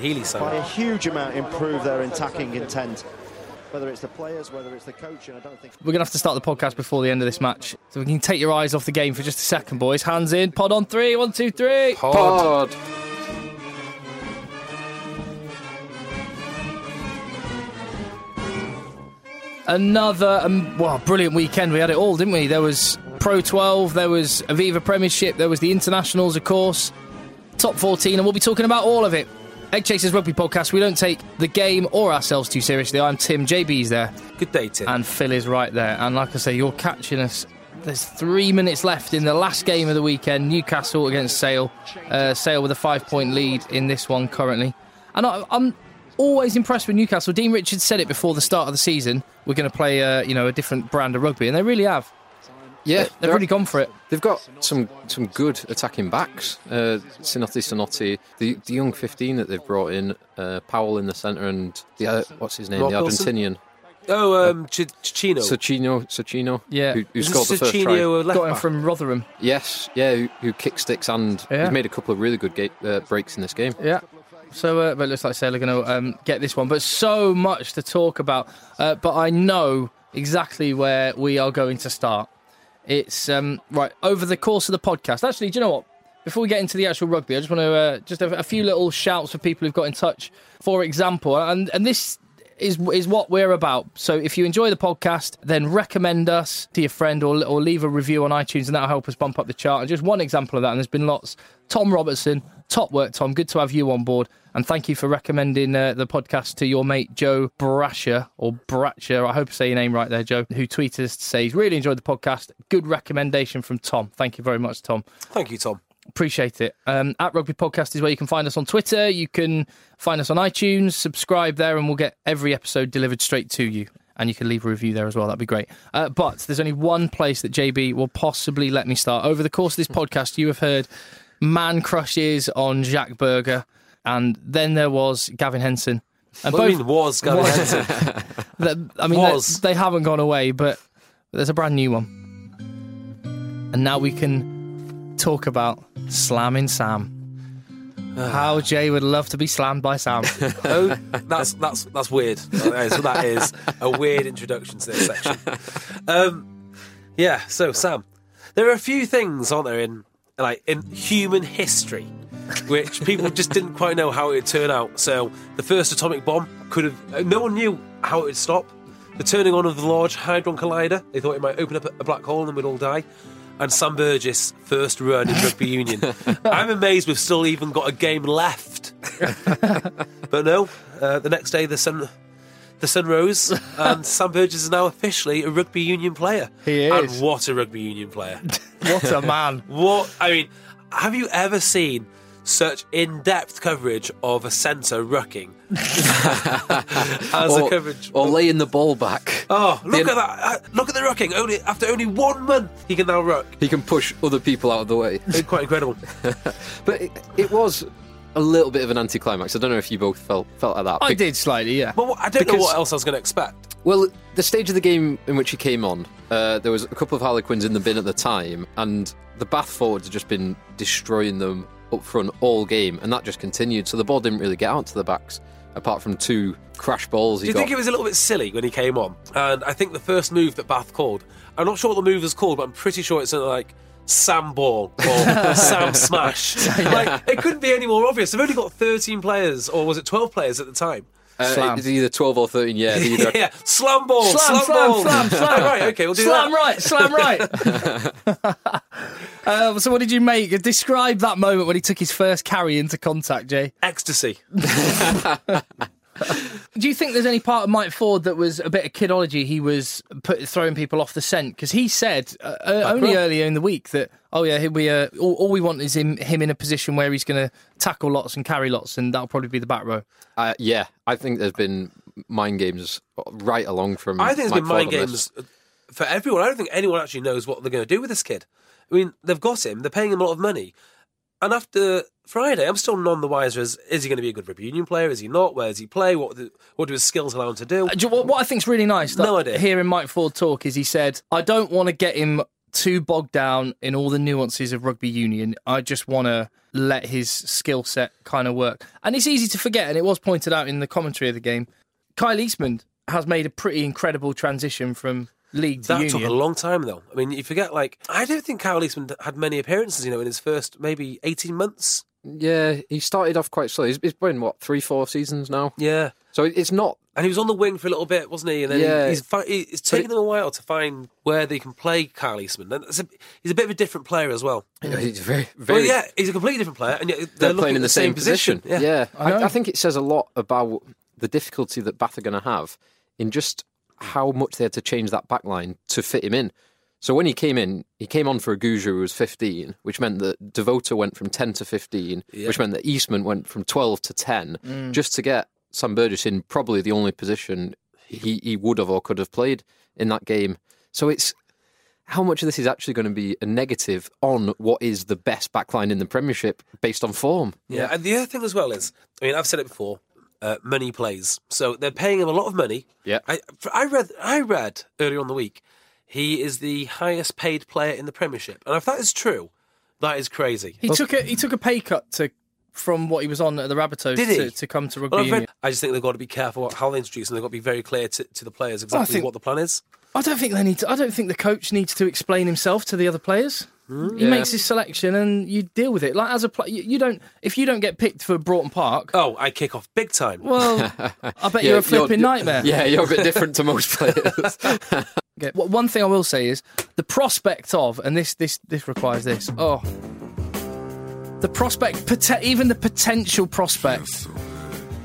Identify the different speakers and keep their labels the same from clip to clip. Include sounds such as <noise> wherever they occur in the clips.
Speaker 1: Healy so
Speaker 2: by a huge amount improve their attacking intent. Whether it's the players, whether it's the coach, and I don't think.
Speaker 3: We're going to have to start the podcast before the end of this match. So we can take your eyes off the game for just a second, boys. Hands in. Pod on three. One, two, three.
Speaker 4: Pod.
Speaker 3: Another, um, well, brilliant weekend. We had it all, didn't we? There was Pro 12, there was Aviva Premiership, there was the Internationals, of course, Top 14, and we'll be talking about all of it. Egg Chasers Rugby Podcast. We don't take the game or ourselves too seriously. I'm Tim. JB's there.
Speaker 4: Good day, Tim.
Speaker 3: and Phil is right there. And like I say, you're catching us. There's three minutes left in the last game of the weekend. Newcastle against Sale. Uh, Sale with a five-point lead in this one currently. And I, I'm always impressed with Newcastle. Dean Richards said it before the start of the season. We're going to play, uh, you know, a different brand of rugby, and they really have.
Speaker 4: yeah,
Speaker 3: They've really gone for it.
Speaker 4: They've got some some good attacking backs. Uh, Sinotti, Sonotti, the, the young 15 that they've brought in, uh, Powell in the centre, and the uh, what's his name,
Speaker 5: Rob
Speaker 4: the
Speaker 5: Wilson?
Speaker 4: Argentinian,
Speaker 5: Oh, um, Ch- Chino.
Speaker 4: Sacchino, Sacchino,
Speaker 3: Yeah.
Speaker 4: who, who
Speaker 5: Isn't
Speaker 4: scored the first
Speaker 5: Cicchino
Speaker 4: try.
Speaker 5: a left
Speaker 3: Got him
Speaker 5: back?
Speaker 3: from Rotherham.
Speaker 4: Yes, yeah, who, who kick sticks and
Speaker 3: Yeah.
Speaker 4: he's made a couple of really good ga- uh, breaks in this game.
Speaker 3: Yeah. So, uh, but it looks like Sale are going to um, get this one. But so much to talk about. Uh, but I know exactly where we are going to start. It's um, right over the course of the podcast. Actually, do you know what? Before we get into the actual rugby, I just want to uh, just have a few little shouts for people who've got in touch. For example, and and this is is what we're about. So if you enjoy the podcast, then recommend us to your friend or or leave a review on iTunes, and that'll help us bump up the chart. And just one example of that, and there's been lots. Tom Robertson, top work, Tom. Good to have you on board, and thank you for recommending uh, the podcast to your mate Joe Brasher or Bratcher. I hope I say your name right there, Joe. Who tweeted us to say he's really enjoyed the podcast. Good recommendation from Tom. Thank you very much, Tom
Speaker 5: Thank you, Tom.
Speaker 3: appreciate it. Um, at Rugby Podcast is where you can find us on Twitter. You can find us on iTunes. Subscribe there, and we'll get every episode delivered straight to you. And you can leave a review there as well. That'd be great. Uh, but there's only one place that JB will possibly let me start. Over the course of this podcast, you have heard man crushes on Jack Berger, and then there was Gavin Henson. And
Speaker 5: What do you mean was Gavin
Speaker 3: Was.
Speaker 5: Henson?
Speaker 3: <laughs> that- I mean, they-
Speaker 5: Was.
Speaker 3: they haven't gone away, but there's a brand new one. And now we can talk about slamming Sam.
Speaker 5: <sighs>
Speaker 3: How Jay would love to be slammed by
Speaker 5: <laughs>
Speaker 3: Sam.
Speaker 5: oh, that's that's that's weird. That is, that is a weird introduction to this section. Um, yeah. So Sam, there are a few things, aren't there, in like in human history, which people just didn't quite know how it would turn out. So the first atomic bomb could have uh, no one knew how it would stop. The turning on of the Large Hadron Collider, they thought it might open up a black hole and we'd all die. And Sam Burgess' first run in rugby union. I'm amazed we've still even got a game left. But no, uh, the next day the sun, the
Speaker 4: <laughs>
Speaker 5: sun rose, and Sam Burgess is now officially a rugby union player.
Speaker 3: He is.
Speaker 5: and what a rugby union player!
Speaker 3: what a man.
Speaker 5: what I mean, have you ever seen such in-depth coverage of a centre rucking <laughs> as a
Speaker 4: Or,
Speaker 5: coverage?
Speaker 4: or laying the ball back.
Speaker 5: oh, look
Speaker 4: the-
Speaker 5: at that! Uh, Look at the rucking. Only after only one month, he can now ruck.
Speaker 4: He can push other people out of the way.
Speaker 5: It's quite incredible.
Speaker 4: But it, it was a little bit of an anticlimax. I don't know if you both felt felt like that.
Speaker 3: I
Speaker 4: Be-
Speaker 3: did slightly, yeah.
Speaker 5: But what, I don't know
Speaker 4: Because-
Speaker 5: what else I was going to expect.
Speaker 4: Well, the stage of the game in which he came on, uh, there was a couple of Harlequins in the bin at the time, and the Bath forwards had just been destroying them up front all game, and that just continued. So the ball didn't really get out to the backs, apart from two crash balls.
Speaker 5: Do
Speaker 4: He
Speaker 5: you
Speaker 4: got.
Speaker 5: think it was a little bit silly when he came on? And I think the first move that Bath called, I'm not sure what the move was called, but I'm pretty sure it's something like Sam Ball
Speaker 3: <laughs>
Speaker 5: or Sam Smash. Like it couldn't be any more obvious. They've only got 13 players, or was it 12 players at the time?
Speaker 4: Uh,
Speaker 3: Slam.
Speaker 4: it's either 12 or 13,
Speaker 5: <laughs>
Speaker 4: yeah. Either.
Speaker 5: yeah, slam ball,
Speaker 3: Slam,
Speaker 5: slam,
Speaker 3: slam,
Speaker 5: ball. <laughs>
Speaker 3: slam, slam.
Speaker 5: Oh, right, okay, we'll do
Speaker 3: slam
Speaker 5: that.
Speaker 3: right, slam right.
Speaker 5: <laughs>
Speaker 3: <laughs> uh, so, what did you make? Describe that moment when he took his first carry into contact, Jay.
Speaker 5: Ecstasy.
Speaker 3: Do you think there's any part of Mike Ford that was a bit of kidology? He was put, throwing people off the scent because he said uh, uh, only earlier in the week that oh yeah, we uh, all, all we want is him him in a position where he's going to tackle lots and carry lots, and that'll probably be the back row.
Speaker 4: Uh, yeah, I think there's been mind games right along from.
Speaker 5: I think
Speaker 4: it's
Speaker 5: it's been mind games uh, for everyone. I don't think anyone actually knows what they're going to do with this kid. I mean, they've got him, they're paying him a lot of money. And after Friday, I'm still none the wiser as is he going to be a good reunion player? Is he not? Where does he play? What do, what do his skills allow him to do?
Speaker 3: Uh, do you- what, what I think's really nice that
Speaker 5: No idea.
Speaker 3: hearing Mike Ford talk is he said, I don't want to get him too bogged down in all the nuances of rugby union. I just want to let his skill set kind of work. And it's easy to forget, and it was pointed out in the commentary of the game. Kyle Eastman has made a pretty incredible transition from league to
Speaker 5: That
Speaker 3: union.
Speaker 5: took a long time, though. I mean, you forget, like, I don't think Kyle Eastman had many appearances, you know, in his first maybe 18 months.
Speaker 4: Yeah, he started off quite slow. He's, he's been, what, three, four seasons now?
Speaker 5: Yeah.
Speaker 4: So it- it's not.
Speaker 5: And he was on the wing for a little bit, wasn't he? And then
Speaker 4: Yeah.
Speaker 5: he, he's, fi- he- it's taken them a while to find where they can play Kyle Eastman. And it's a, he's a bit of a different player as well.
Speaker 4: He's very, very.
Speaker 5: Well, yeah, he's a completely different player, and yet they're,
Speaker 4: They're,
Speaker 5: looking
Speaker 4: playing
Speaker 5: at
Speaker 4: in the, same, position.
Speaker 5: Yeah.
Speaker 4: Yeah.
Speaker 3: know.
Speaker 4: I, I think it says a lot about the difficulty that Bath are going to have in just how much they had to change that back line to fit him in. So when he came in, he came on for a Guju who was 15, which meant that Devota went from 10 to 15, which meant that Eastman went from 12 to 10, just to get Sam Burgess in probably the only position he, he would have or could have played in that game. So it's how much of this is actually going to be a negative on what is the best back line in the Premiership based on form.
Speaker 5: Yeah, and the other thing as well is, I mean, I've said it before, uh, money plays. So they're paying him a lot of money.
Speaker 4: Yeah.
Speaker 5: I, I read, I read earlier on the week, he is the highest paid player in the Premiership, and if that is true, that is crazy.
Speaker 3: he took a he took a pay cut to from what he was on at the Rabbitohs
Speaker 5: Did he?
Speaker 3: to, to come to rugby
Speaker 5: Well, I've
Speaker 3: union.
Speaker 5: read, I just think they've got to be careful what- how they introduce, and they've got to be very clear to, to the players
Speaker 3: I
Speaker 5: exactly
Speaker 3: think-
Speaker 5: what the plan is.
Speaker 3: I don't think they need to. I don't think the coach needs to explain himself to the other players. He makes his selection, and you deal with it. Like as a player, you, you don't. If you don't get picked for Broughton Park,
Speaker 5: Oh, I kick off big
Speaker 3: Uh,
Speaker 5: time.
Speaker 3: well, <laughs> I bet you're a flipping nightmare.
Speaker 4: Yeah, you're a bit different to most players.
Speaker 3: Okay. Wh- One thing I will say is the prospect of, and this this this requires this. Oh, the prospect, pote- even the potential prospect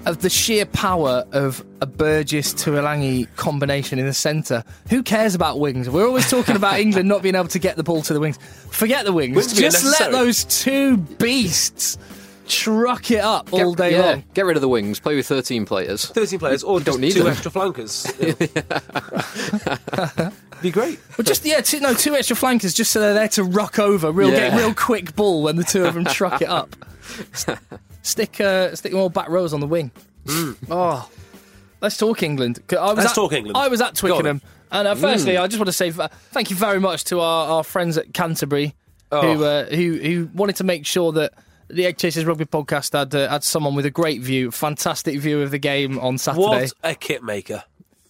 Speaker 3: of the sheer power of a Burgess to Alangi combination in the centre. Who cares about wings? We're always talking about England not being able to get the ball to the wings. Forget the wings.
Speaker 5: Wouldn't be
Speaker 3: Just let
Speaker 5: necessary.
Speaker 3: those two beasts truck it up <laughs> all day
Speaker 4: yeah,
Speaker 3: long.
Speaker 4: Get rid of the wings, play with 13 players.
Speaker 5: 13 players, or just
Speaker 4: don't need
Speaker 5: two
Speaker 4: them.
Speaker 5: extra flankers. be great.
Speaker 3: But just yeah, two, no, two extra flankers just so they're there to rock over, real
Speaker 4: Yeah.
Speaker 3: get real quick ball when the two of them truck it
Speaker 5: <laughs>
Speaker 3: up. S- stick uh, stick more back rows on the wing. Oh, let's talk England. 'Cause I was
Speaker 5: Mm. Let's
Speaker 3: at-
Speaker 5: talk England.
Speaker 3: I was at
Speaker 5: on. Mm.
Speaker 3: Twickenham, and uh, firstly, I just want to say uh, thank you very much to our, our friends at Canterbury
Speaker 5: Oh.
Speaker 3: who uh, who who wanted to make sure that. The Egg Chasers Rugby Podcast had uh, had someone with a great view, fantastic view of the game on Saturday.
Speaker 5: What a kit maker.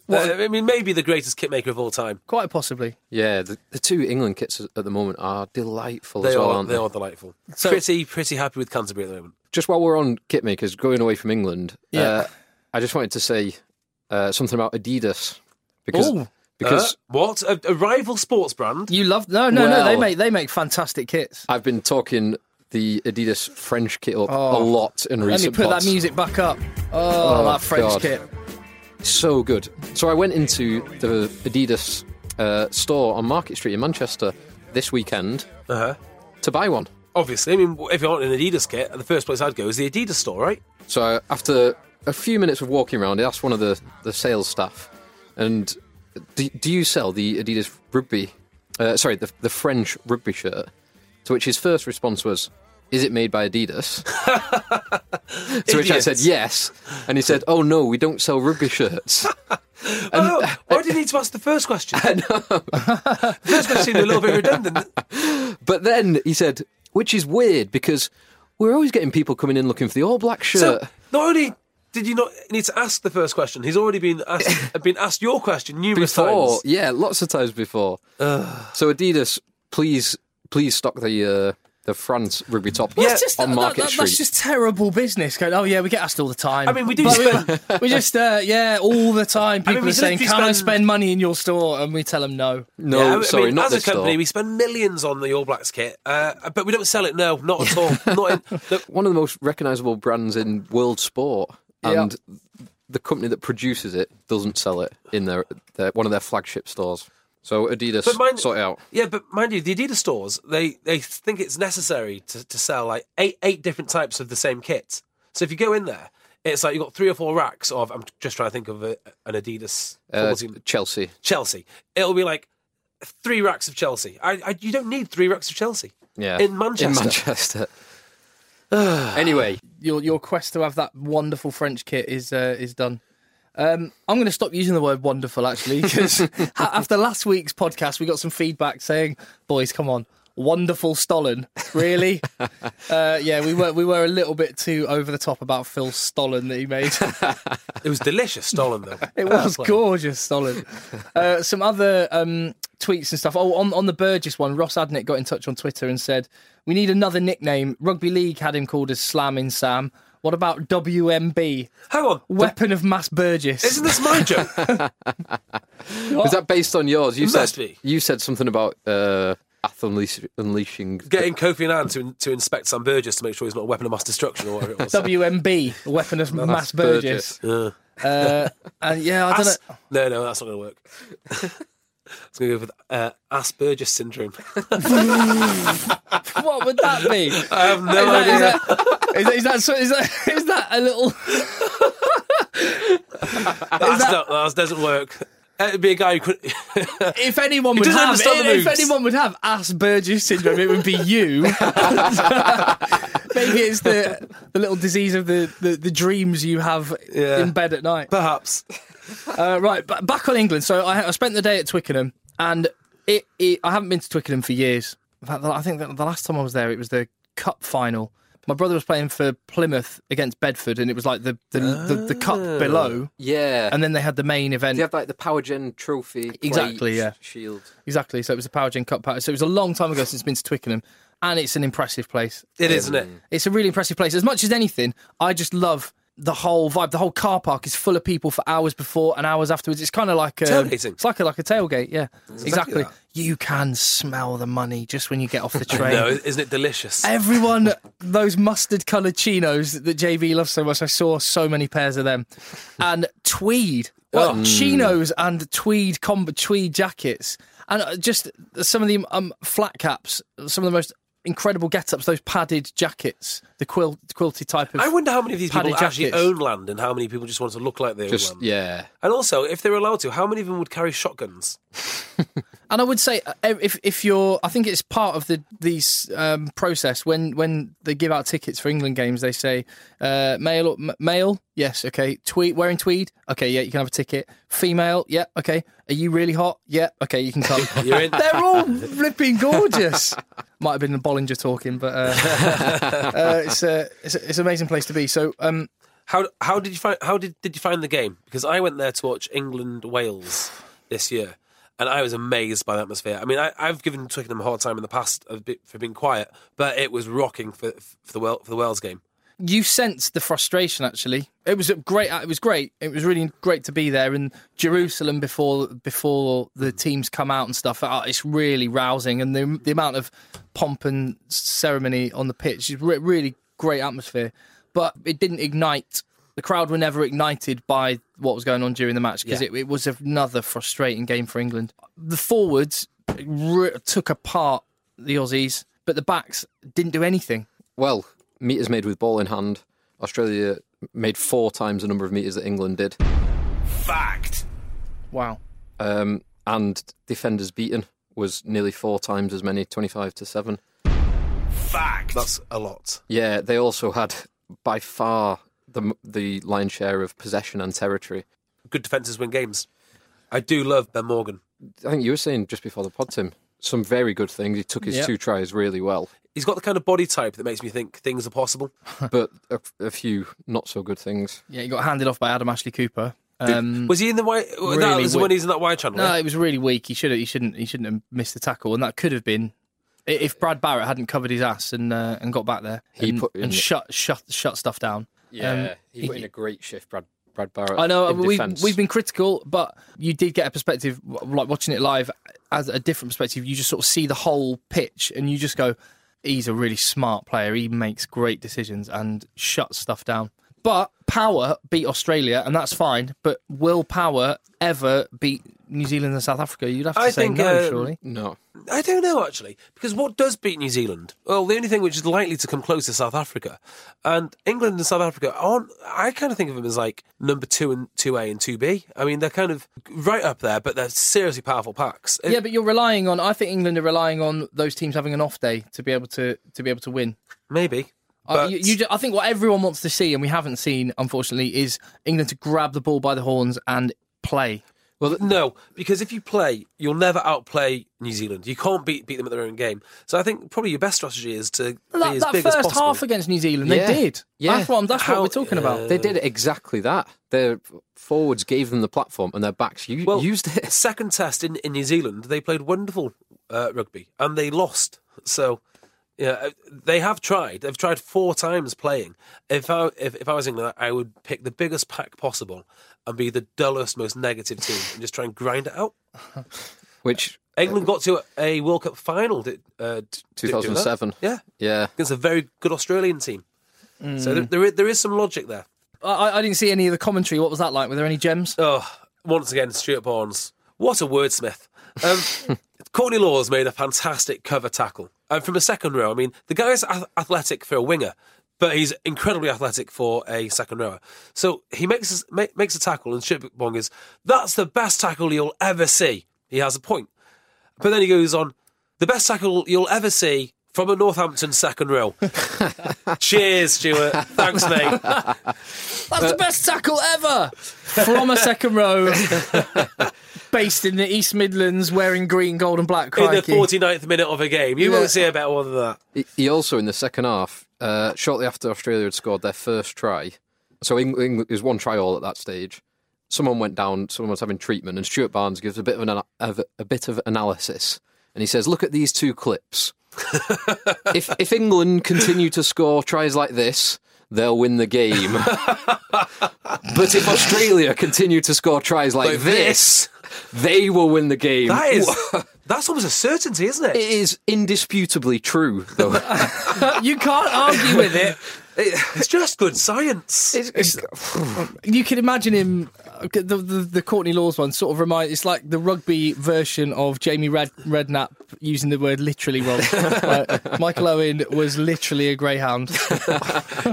Speaker 5: Uh, I mean, maybe the greatest kit maker of all time.
Speaker 3: Quite possibly.
Speaker 4: Yeah, the, the two England kits at the moment are delightful
Speaker 5: They
Speaker 4: as well,
Speaker 5: are,
Speaker 4: aren't
Speaker 5: they
Speaker 4: they?
Speaker 5: are delightful. pretty, pretty happy with Canterbury at the moment.
Speaker 4: Just while we're on kit makers, going away from England, uh,
Speaker 3: Yeah.
Speaker 4: I just wanted to say uh, something about Adidas. Because,
Speaker 3: Ooh.
Speaker 4: because
Speaker 5: Uh, what a, a rival sports brand?
Speaker 3: You love no no no. They
Speaker 4: Well-
Speaker 3: make they make fantastic kits.
Speaker 4: I've been talking the Adidas French kit up a lot in
Speaker 3: Oh. Let me
Speaker 4: recent
Speaker 3: put
Speaker 4: pods.
Speaker 3: that music back up. Oh,
Speaker 4: Oh,
Speaker 3: that French
Speaker 4: God.
Speaker 3: kit.
Speaker 4: so good. So I went into the Adidas uh, store on Market Street in Manchester this weekend
Speaker 5: Uh-huh.
Speaker 4: to buy one.
Speaker 5: Obviously, I mean, if you want an Adidas kit, the first place I'd go is the Adidas store, right?
Speaker 4: So after a few minutes of walking around, I asked one of the, the sales staff, and do, do you sell the Adidas rugby, uh, sorry, the, the French rugby shirt? To which his first response was, is it made by
Speaker 5: <laughs>
Speaker 4: Adidas? to which I said,
Speaker 5: Idiots.
Speaker 4: yes. And he said, oh no, we don't sell rugby shirts.
Speaker 5: <laughs> oh, why do you need to ask the first question? I <laughs> know. first question seemed a little bit redundant.
Speaker 4: But then he said, which is weird because we're always getting people coming in looking for the all black shirt.
Speaker 5: So, not only did you not need to ask the first question, he's already been asked, been asked your question numerous
Speaker 4: before,
Speaker 5: times.
Speaker 4: yeah, lots of times before. So Adidas, please please stock the uh, the France rugby top
Speaker 3: That's just,
Speaker 4: on
Speaker 3: that-
Speaker 4: Market
Speaker 3: that-
Speaker 4: Street.
Speaker 3: That's just terrible business. Going, oh yeah, we get asked all the time.
Speaker 5: I mean, we do
Speaker 3: But
Speaker 5: spend-
Speaker 3: <laughs> We, we just, uh, yeah, all the time. People
Speaker 5: mean, we
Speaker 3: are saying, "Can
Speaker 5: literally
Speaker 3: I
Speaker 5: spend-
Speaker 3: spend money in your store?" And we tell them no.
Speaker 4: no,
Speaker 5: Yeah, I mean,
Speaker 4: sorry, not
Speaker 5: as a
Speaker 4: this
Speaker 5: company,
Speaker 4: store.
Speaker 5: we spend millions on the All Blacks kit, uh, but we don't sell it. No, not
Speaker 4: <laughs>
Speaker 5: at all. not in, look,
Speaker 4: One of the most recognisable brands in world sport,
Speaker 3: Yeah.
Speaker 4: and the company that produces it doesn't sell it in their, their one of their flagship stores. So Adidas,
Speaker 5: But mind-
Speaker 4: sort it out.
Speaker 5: yeah, but mind you, the Adidas stores they they think it's necessary to, to sell like eight eight different types of the same kit. So if you go in there, it's like you've got three or four racks of. I'm just trying to think of a, an Adidas
Speaker 4: Uh,
Speaker 5: football team.
Speaker 4: Chelsea.
Speaker 5: Chelsea. It'll be like three racks of Chelsea. I, I you don't need three racks of Chelsea.
Speaker 4: Yeah.
Speaker 5: in Manchester.
Speaker 4: In Manchester. anyway,
Speaker 3: Your your quest to have that wonderful French kit is uh, is done. Um, I'm going to stop using the word wonderful actually <laughs> because after last week's podcast, we got some feedback saying, "Boys, come on." Wonderful Stollen, really? uh, yeah, we were we were a little bit too over the top about Phil Stollen that he made.
Speaker 5: It was delicious. Stolen though.
Speaker 3: It was
Speaker 5: Fair play.
Speaker 3: gorgeous,
Speaker 5: <laughs>
Speaker 3: solid. Uh, some other um, tweets and stuff. Oh, on, on the Burgess one, Ross Adnick got in touch on Twitter and said, We need another nickname. Rugby League had him called as Slamming Sam. What about WMB?
Speaker 5: Hang on.
Speaker 3: Weapon of Mass Burgess.
Speaker 5: Isn't this
Speaker 4: <laughs>
Speaker 5: my joke?
Speaker 4: was that based on yours? You
Speaker 5: It
Speaker 4: said
Speaker 5: must be.
Speaker 4: you said something about uh, Ath unleash, unleashing.
Speaker 5: Getting Kofi Annan to, to inspect Sam Burgess to make sure he's not a weapon of mass destruction or whatever
Speaker 3: <laughs>
Speaker 5: it was.
Speaker 3: WMB, Weapon of Mass Burgess.
Speaker 5: Uh,
Speaker 3: Uh, and yeah, I don't
Speaker 5: As-
Speaker 3: know.
Speaker 5: no, no, that's not going to work. <laughs> I was going to go with uh,
Speaker 3: <laughs>
Speaker 5: Asperger's syndrome.
Speaker 3: What would that be?
Speaker 5: I have <laughs> no
Speaker 3: Is that-
Speaker 5: idea.
Speaker 3: is that- is that- is that so- is that- <laughs> is that a little.
Speaker 5: That's not, that doesn't work. Uh, It'd be a guy who could. <laughs>
Speaker 3: If anyone
Speaker 5: He
Speaker 3: would
Speaker 5: doesn't
Speaker 3: have,
Speaker 5: understand the
Speaker 3: if
Speaker 5: moves.
Speaker 3: anyone would have Asperger's syndrome, it would be
Speaker 5: <laughs>
Speaker 3: you. Maybe it's the the little disease of the the, the dreams you have
Speaker 5: Yeah.
Speaker 3: in bed at night.
Speaker 5: Perhaps.
Speaker 3: Uh, right, ba- back on England. So I, I spent the day at Twickenham, and it, it I haven't been to Twickenham for years. In fact, I think that the last time I was there, it was the cup final. My brother was playing for Plymouth against Bedford, and it was like the the, the, the cup below,
Speaker 5: Ah.
Speaker 4: Yeah.
Speaker 3: and then they had the main event.
Speaker 4: they have like the Power Gen trophy. plate
Speaker 3: Exactly, yeah.
Speaker 4: Shield.
Speaker 3: Exactly. So it was the Power Gen Cup. Party. So it was a long time ago since it's been to Twickenham, and it's an impressive place.
Speaker 5: It is, isn't it?
Speaker 3: It's a really impressive place. As much as anything, I just love the whole vibe. The whole car park is full of people for hours before and hours afterwards. It's kind of like a
Speaker 5: Tailgating.
Speaker 3: It's like a, like a tailgate. Yeah, exactly.
Speaker 5: that.
Speaker 3: You can smell the money just when you get off
Speaker 5: <laughs>
Speaker 3: the train.
Speaker 5: No, isn't it delicious?
Speaker 3: Everyone, those mustard coloured chinos that JV loves so much, I saw so many pairs of them. And tweed, well,
Speaker 5: Oh.
Speaker 3: chinos and tweed comb, tweed jackets, and uh, just some of the um, flat caps, some of the most incredible get-ups. Those padded jackets, the quilt, quilted type of.
Speaker 5: I wonder how many of these people
Speaker 3: padded
Speaker 5: actually
Speaker 3: jackets.
Speaker 5: own land and how many people just want to look like they
Speaker 4: Just
Speaker 5: own land.
Speaker 4: yeah.
Speaker 5: And also, if they were allowed to, how many of them would carry shotguns?
Speaker 3: And I would say, uh, if if you're, I think it's part of the these um, process when when they give out tickets for England games, they say uh, male or m- male, yes, okay, tweed wearing tweed, okay, yeah, you can have a ticket. Female, yeah, okay. Are you really hot? Yeah, okay, you can come.
Speaker 5: <laughs> You're in.
Speaker 3: They're all flipping gorgeous. Might have been the Bollinger talking, but uh, <laughs> uh, it's, a, it's a it's an amazing place to be. So um,
Speaker 5: How how did you find how did, did you find the game? Because I went there to watch England Wales this year, and I was amazed by the atmosphere. I mean, I, I've given Twickenham a hard time in the past a bit for being quiet, but it was rocking for for the Wel- for the Wales game.
Speaker 3: you sensed the frustration actually it was a great it was great it was really great to be there in jerusalem before before the teams come out and stuff uh, it's really rousing and the, the amount of pomp and ceremony on the pitch is re- really great atmosphere but it didn't ignite the crowd were never ignited by what was going on during the match because
Speaker 5: Yeah.
Speaker 3: it, it was another frustrating game for england the forwards re- took apart the aussies but the backs didn't do anything
Speaker 4: Well, meters made with ball in hand. Australia made four times the number of meters that England did,
Speaker 3: wow
Speaker 4: um, and defenders beaten was nearly four times as many, twenty-five to seven.
Speaker 5: That's a lot.
Speaker 4: Yeah, they also had by far the the lion's share of possession and territory.
Speaker 5: Good defenses win games. I do love Ben Morgan.
Speaker 4: I think you were saying just before the pod, Tim, some very good things. He took his
Speaker 3: Yeah.
Speaker 4: two tries really well,
Speaker 5: He's got the kind of body type that makes me think things are possible.
Speaker 4: <laughs> but a, a few not so good things.
Speaker 3: Yeah, he got handed off by Adam Ashley Cooper. Um,
Speaker 5: Was he in the wide? that
Speaker 3: Really
Speaker 5: was
Speaker 3: wi-
Speaker 5: when he's in that wide channel.
Speaker 3: no, it was really weak. He should have, he shouldn't he shouldn't have missed the tackle, and that could have been I- if Brad Barrett hadn't covered his ass and uh, and got back there,
Speaker 4: He
Speaker 3: and,
Speaker 4: put in
Speaker 3: and
Speaker 4: the-
Speaker 3: shut shut shut stuff down.
Speaker 4: Yeah,
Speaker 3: Um,
Speaker 4: he put in a great shift, Brad Brad Barrett.
Speaker 3: I know
Speaker 4: in
Speaker 3: we've
Speaker 4: defence.
Speaker 3: we've been critical, but you did get a perspective, w- like watching it live, as a different perspective. You just sort of see the whole pitch, and you just go, "He's a really smart player. He makes great decisions and shuts stuff down." But power beat Australia, and that's fine. But will power ever beat New Zealand and South Africa? You'd have to
Speaker 5: I
Speaker 3: say
Speaker 5: think,
Speaker 3: no,
Speaker 5: uh,
Speaker 3: surely.
Speaker 4: no.
Speaker 5: I don't know actually, because what does beat New Zealand? Well, the only thing which is likely to come close is South Africa, and England and South Africa aren't. I kind of think of them as like number two and two A and two B. I mean, they're kind of right up there, but they're seriously powerful packs.
Speaker 3: Yeah, but you're relying on. I think England are relying on those teams having an off day to be able to to be able to win.
Speaker 5: maybe.
Speaker 3: I-
Speaker 5: But
Speaker 3: Uh, you, you, ju- I think what everyone wants to see, and we haven't seen, unfortunately, is England to grab the ball by the horns and play.
Speaker 5: Well, no, because if you play, you'll never outplay New Zealand. You can't beat beat them at their own game. So I think probably your best strategy is to be
Speaker 3: That,
Speaker 5: as
Speaker 3: that
Speaker 5: big as
Speaker 3: first
Speaker 5: possible.
Speaker 3: half against New Zealand,
Speaker 4: Yeah.
Speaker 3: they did.
Speaker 4: Yeah.
Speaker 3: That's what, that's
Speaker 5: How- uh,
Speaker 3: what we're talking about.
Speaker 4: They did exactly that. Their forwards gave them the platform, and their backs u-
Speaker 5: well,
Speaker 4: used it. <laughs>
Speaker 5: <laughs> Second test in, in New Zealand, they played wonderful uh, rugby and they lost. So yeah, uh, they have tried. They've tried four times playing. If I if, if I was England, I would pick the biggest pack possible and be the dullest, most negative team and just try and grind it out.
Speaker 4: Which
Speaker 5: England got to a World Cup final. Did, uh, d- did do that.
Speaker 4: 2007.
Speaker 5: Yeah.
Speaker 4: yeah,
Speaker 5: against a very good Australian team.
Speaker 4: Hmm.
Speaker 5: So there, there, is, there is some logic there.
Speaker 3: I, I- I didn't see any of the commentary. What was that like? Were there any gems?
Speaker 5: Oh, once again, Stuart Barnes. What a wordsmith.
Speaker 3: <laughs>
Speaker 5: Um, Courtney Laws made a fantastic cover tackle. And from a second row, I mean, the guy's ath- athletic for a winger, but he's incredibly athletic for a second rower. So he makes, his- ma- makes a tackle, and Stuart Bong is, that's the best tackle you'll ever see. He has a point. But then he goes on, the best tackle you'll ever see from a Northampton second
Speaker 3: <laughs>
Speaker 5: row. Cheers, Stuart. Thanks,
Speaker 3: <laughs>
Speaker 5: mate.
Speaker 3: That's
Speaker 5: uh,
Speaker 3: the best tackle ever from a second
Speaker 5: <laughs>
Speaker 3: row, based in the East Midlands, wearing green, gold, and black.
Speaker 5: in the
Speaker 3: crikey.
Speaker 5: 49th minute of a game. You
Speaker 3: Yeah.
Speaker 5: won't see a better one than that.
Speaker 4: He- He also in the second half, uh, shortly after Australia had scored their first try, so England, England it was one try all at that stage. Someone went down. Someone was having treatment, and Stuart Barnes gives a bit of an ana- of a, a bit of analysis, and he says, "Look at these two clips. if if England continue to score tries like this." They'll win the game, but if Australia continue to score tries like,
Speaker 5: Like
Speaker 4: this, they will win the game.
Speaker 5: That is, that's almost a certainty, isn't
Speaker 4: it
Speaker 5: it?
Speaker 4: is indisputably true, though.
Speaker 3: <laughs> you can't argue with it.
Speaker 5: It's just good science.
Speaker 3: you can imagine him uh, the, the the Courtney Laws one sort of remind it's like the rugby version of Jamie Red, Redknapp using the word literally
Speaker 4: <laughs>
Speaker 3: wrong. Like, Michael Owen was literally a greyhound.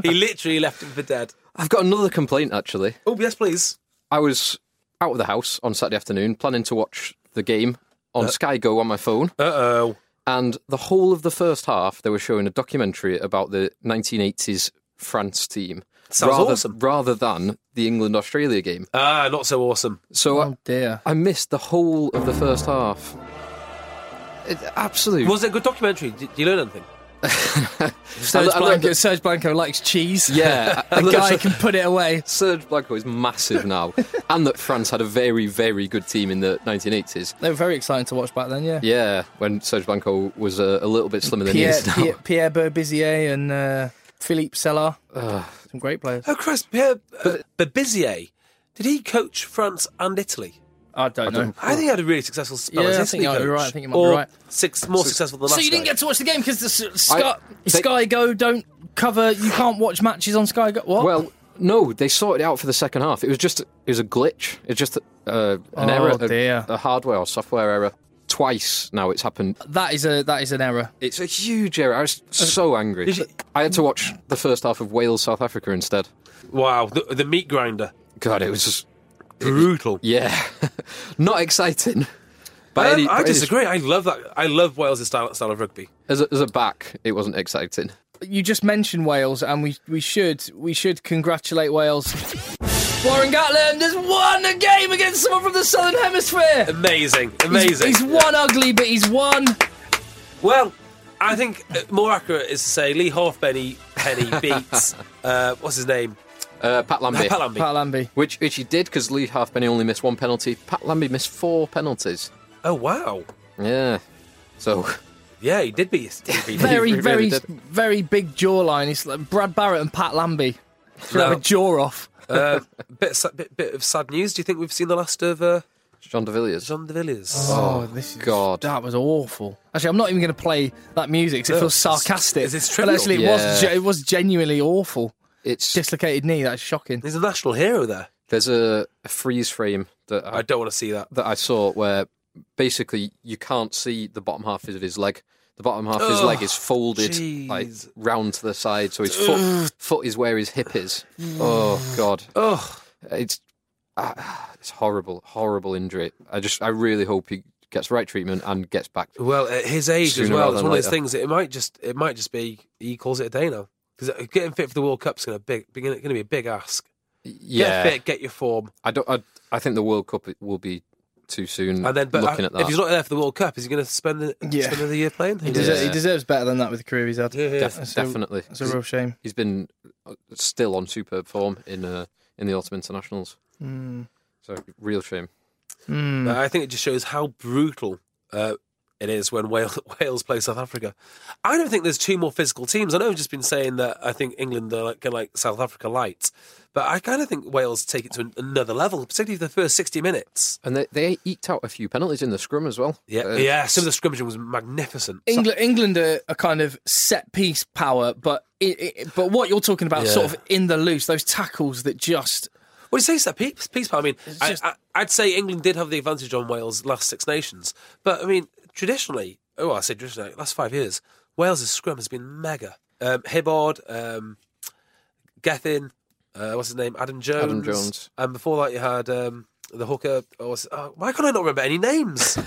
Speaker 5: he literally left him for dead.
Speaker 4: I've got another complaint actually.
Speaker 5: Oh, yes, please.
Speaker 4: I was out of the house on Saturday afternoon planning to watch the game on Sky Go on my phone,
Speaker 5: Uh oh.
Speaker 4: and the whole of the first half they were showing a documentary about the 1980s France team.
Speaker 5: Sounds
Speaker 4: rather,
Speaker 5: awesome.
Speaker 4: Rather than the England Australia game.
Speaker 5: Ah, not so awesome.
Speaker 4: So
Speaker 3: Oh dear.
Speaker 4: I, I missed the whole of the first half. It, absolute.
Speaker 5: Was it a good documentary? Did, did you learn anything?
Speaker 3: Serge,
Speaker 4: I learned
Speaker 3: Blanco,
Speaker 4: that-
Speaker 3: Serge Blanco likes cheese.
Speaker 4: yeah.
Speaker 3: <laughs>
Speaker 4: I
Speaker 3: A
Speaker 4: learned
Speaker 3: guy
Speaker 4: that
Speaker 3: can put it away.
Speaker 4: Serge Blanco is massive
Speaker 5: <laughs>
Speaker 4: now, and that France had a very, very good team in the 1980s.
Speaker 3: They were very exciting to watch back then, yeah.
Speaker 4: Yeah, when Serge Blanco was uh, a, a little bit slimmer than he
Speaker 3: Pierre,
Speaker 4: is now.
Speaker 3: Pierre, Pierre Berbizier and uh, Philippe Sellard. Some great players.
Speaker 5: Oh, Christ. Pierre uh, Babizier. Did he coach France and Italy?
Speaker 3: I don't know.
Speaker 5: I think he had a really successful spell
Speaker 3: Yeah,
Speaker 5: as
Speaker 3: I
Speaker 5: Italy
Speaker 3: think you might be
Speaker 5: coach.
Speaker 3: right. I think you might be
Speaker 5: or
Speaker 3: right.
Speaker 5: Six, more successful than last
Speaker 3: So you didn't
Speaker 5: guy.
Speaker 3: get to watch the game because the s- Sky,
Speaker 4: they-
Speaker 3: Sky Go don't cover. You can't watch matches on Sky Go.
Speaker 5: Oh.
Speaker 3: What?
Speaker 4: Well, no, they sorted it out for the second half. It was just it was a glitch. It's just uh, an
Speaker 3: Oh,
Speaker 4: error, a-
Speaker 3: dear.
Speaker 4: A, hardware or software error. Twice now it's happened.
Speaker 3: that is a that is an error.
Speaker 4: It's a huge error. I was so angry.
Speaker 5: Is it-
Speaker 4: I had to watch the first half of Wales South Africa instead.
Speaker 5: Wow, the, the meat grinder.
Speaker 4: God, it was just
Speaker 5: Brutal.
Speaker 4: yeah, <laughs> not exciting. By
Speaker 5: Um,
Speaker 4: any- by
Speaker 5: I
Speaker 4: any-
Speaker 5: disagree. I love that. I love Wales' style, style of rugby.
Speaker 4: As a, as a back, it wasn't exciting.
Speaker 3: You just mentioned Wales, and we we should we should congratulate Wales. Warren Gatland has won a game against someone from the Southern Hemisphere.
Speaker 5: Amazing.
Speaker 3: He's-
Speaker 5: Amazing.
Speaker 3: He's, won ugly, but he's won.
Speaker 5: Well, I think uh, more accurate is to say Lee Halfpenny Penny
Speaker 4: <laughs>
Speaker 5: beats uh, what's his name
Speaker 4: Uh, Pat Lambie.
Speaker 5: <laughs> Pat Lambie.
Speaker 3: Pat Lambie.
Speaker 4: Which, which he did because Lee Halfpenny only missed one penalty. Pat Lambie missed four penalties.
Speaker 5: Oh wow,
Speaker 4: Yeah. So
Speaker 5: Oh, Yeah, he did beat. he
Speaker 4: <laughs>
Speaker 5: beat
Speaker 3: Very,
Speaker 4: really
Speaker 3: very,
Speaker 4: did.
Speaker 3: very big jawline. It's like Brad Barrett and Pat Lambie. Should have
Speaker 5: No.
Speaker 3: a jaw off.
Speaker 5: uh, bit, of, sa- bit, bit of sad news. Do you think we've seen the last of uh,
Speaker 4: John de Villiers.
Speaker 5: John de Villiers?
Speaker 3: Oh, this is
Speaker 4: God.
Speaker 3: That was awful. Actually, I'm not even going to play that music. 'cause it
Speaker 5: No,
Speaker 3: feels
Speaker 5: it's-
Speaker 3: sarcastic.
Speaker 5: it's- it's
Speaker 3: but
Speaker 5: trivial.
Speaker 3: actually, it was
Speaker 4: Yeah.
Speaker 3: ge- it was genuinely awful.
Speaker 4: It's
Speaker 3: Dislocated knee. That's shocking.
Speaker 5: He's a national hero there.
Speaker 4: there's a, a freeze frame that
Speaker 5: I
Speaker 4: I,
Speaker 5: don't want to see that.
Speaker 4: that I saw where basically you can't see the bottom half of his leg. The bottom half of his
Speaker 5: Ugh,
Speaker 4: leg is folded like
Speaker 5: jeez.
Speaker 4: round to the side, so his foot foot is where his hip is. Oh God,
Speaker 5: Oh,
Speaker 4: it's ah, it's horrible, horrible injury. I just I really hope he gets the right treatment and gets back.
Speaker 5: well, at his age as
Speaker 4: Sooner
Speaker 5: well,
Speaker 4: rather
Speaker 5: it's
Speaker 4: than
Speaker 5: one of those
Speaker 4: later.
Speaker 5: things. That it might just, it might just be he calls it a day now because getting fit for the World Cup's going to big, going to be a big ask.
Speaker 4: Yeah,
Speaker 5: Get fit, get your form,
Speaker 4: I don't. I, I think the World Cup will be too soon.
Speaker 5: and then but
Speaker 4: looking
Speaker 5: I-
Speaker 4: at that,
Speaker 5: if he's not there for the World Cup, is he going to spend the,
Speaker 3: Yeah.
Speaker 5: spend another year playing?
Speaker 3: He,
Speaker 5: Who
Speaker 4: deserves-
Speaker 3: deser-
Speaker 5: knows?
Speaker 3: he deserves better than that with the career he's had.
Speaker 5: Yeah, yeah.
Speaker 4: Def-
Speaker 3: So-
Speaker 4: definitely,
Speaker 3: It's a real shame.
Speaker 4: he's been uh, still on superb form in uh, in the autumn internationals.
Speaker 3: Hmm.
Speaker 4: So real shame.
Speaker 3: Mm.
Speaker 5: I think it just shows how brutal uh, it is when Wales, <laughs> Wales play South Africa. I don't think there's two more physical teams. I know I've just been saying that I think England are like, kinda like South Africa light, but I kind of think Wales take it to an- another level, particularly the first 60 minutes.
Speaker 4: And they, they eked out a few penalties in the scrum as well.
Speaker 5: Yeah,
Speaker 4: Uh,
Speaker 5: yeah. Some of the scrimmaging was magnificent.
Speaker 3: England, England are a kind of set piece power, but it, it, but what you're talking about,
Speaker 5: Yeah.
Speaker 3: sort of in the loose, those tackles that just
Speaker 5: Well, you say it's a peace, peace part. I mean, I-
Speaker 3: just-
Speaker 5: I, I'd say England did have the advantage on Wales last Six Nations, but I mean, traditionally, oh, I say traditionally, last five years, Wales' scrum has been mega. Um, Hibbard, um, Gethin, uh, what's his name, Adam Jones,
Speaker 4: Adam Jones.
Speaker 5: and before that you had um, the hooker. Oh, what's- oh, why can I not remember
Speaker 4: <laughs>
Speaker 5: any names?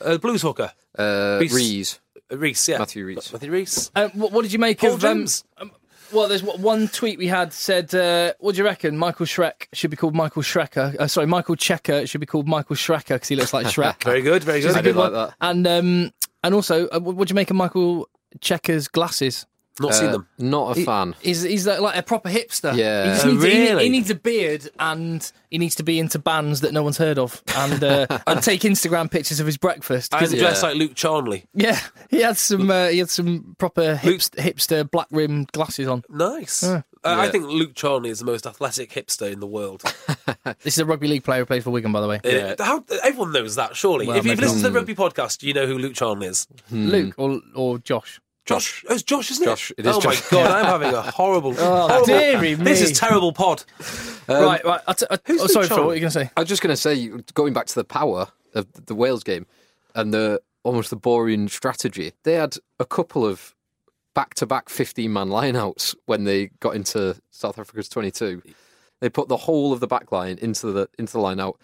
Speaker 5: uh, Blues hooker,
Speaker 4: Uh,
Speaker 5: Reece.
Speaker 4: Rees.
Speaker 5: Reese, yeah,
Speaker 4: Matthew Reece.
Speaker 5: Matthew Reese.
Speaker 3: Um, what, what did you make
Speaker 5: Paul
Speaker 3: of um,
Speaker 5: Jones.
Speaker 3: um, Well, there's one- one tweet we had said, uh, "What do you reckon? Michael Shrek should be called Michael Shrekker. Uh, sorry, Michael Checker should be called Michael Shrekker because he looks like Shrek."
Speaker 5: <laughs> Very good, very
Speaker 4: I
Speaker 5: good.
Speaker 4: did like that.
Speaker 3: and um, and also, uh, what do you make of Michael Checker's glasses?
Speaker 5: Not seen
Speaker 4: Uh,
Speaker 5: them.
Speaker 4: Not a
Speaker 3: He-
Speaker 4: fan.
Speaker 3: He's he's like, like a proper hipster.
Speaker 4: Yeah.
Speaker 3: he, just
Speaker 5: Oh,
Speaker 3: needs, he ne- he,
Speaker 5: really?
Speaker 3: needs a beard and he needs to be into bands that no one's heard of and uh, and take Instagram pictures of his breakfast.
Speaker 5: I'm
Speaker 3: 'Cause-
Speaker 4: Yeah.
Speaker 5: dressed like Luke Charnley.
Speaker 3: yeah, he had some uh, he had some proper hipst, hipster black rimmed glasses on.
Speaker 5: Nice. Uh, I
Speaker 4: Yeah.
Speaker 5: think Luke Charney is the most athletic hipster in the world.
Speaker 3: This is a rugby league player who plays for Wigan, by the way.
Speaker 5: Uh, How, everyone knows that, surely.
Speaker 3: Well,
Speaker 5: if you've
Speaker 3: maybe
Speaker 5: listened to the rugby podcast, you know who Luke Charney is.
Speaker 3: Luke or or Josh.
Speaker 5: Josh. Oh, it's Josh, isn't it?
Speaker 4: Josh, it is
Speaker 5: oh
Speaker 4: Josh.
Speaker 5: my God, I'm having a horrible. horrible
Speaker 3: dearie
Speaker 5: This
Speaker 3: me.
Speaker 5: is terrible pod. Um,
Speaker 3: right, right. I t- I,
Speaker 5: who's
Speaker 3: oh, sorry,
Speaker 5: Luke
Speaker 3: Phil. What
Speaker 5: Charlie?
Speaker 3: are you going to say?
Speaker 4: I was just going to say, going back to the power of the Wales game and the almost the boring strategy, they had a couple of back-to-back 15-man lineouts when they got into South Africa's 22. They put the whole of the back line into the into the lineout,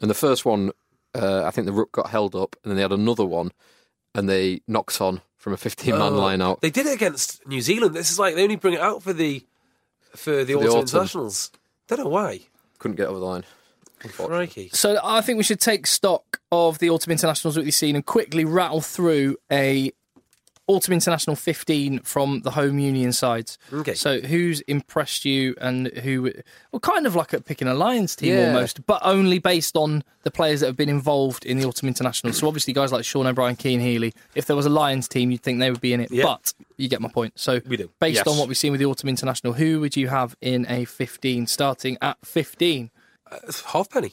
Speaker 4: and the first one, uh, I think the ruck got held up, and then they had another one, and they knocked on from a 15-man
Speaker 5: Oh,
Speaker 4: lineout.
Speaker 5: They did it against New Zealand. This is like they only bring it out for the for the
Speaker 4: For the
Speaker 5: autumn,
Speaker 4: autumn.
Speaker 5: internationals. Don't know why.
Speaker 4: Couldn't get over the line.
Speaker 5: Crikey.
Speaker 3: So I think we should take stock of the autumn internationals that we've seen and quickly rattle through a autumn international 15 from the home union sides.
Speaker 5: Okay.
Speaker 3: So who's impressed you and who? Well, kind of like at picking a Lions team
Speaker 4: Yeah.
Speaker 3: almost, but only based on the players that have been involved in the autumn internationals. So obviously guys like Sean O'Brien, Keane Healy. If there was a Lions team, you'd think they would be in it.
Speaker 5: Yeah.
Speaker 3: But you get my point. So
Speaker 5: We do.
Speaker 3: Based
Speaker 4: Yes.
Speaker 3: on what we've seen with the autumn international, who would you have in a 15 starting at 15?
Speaker 5: Halfpenny.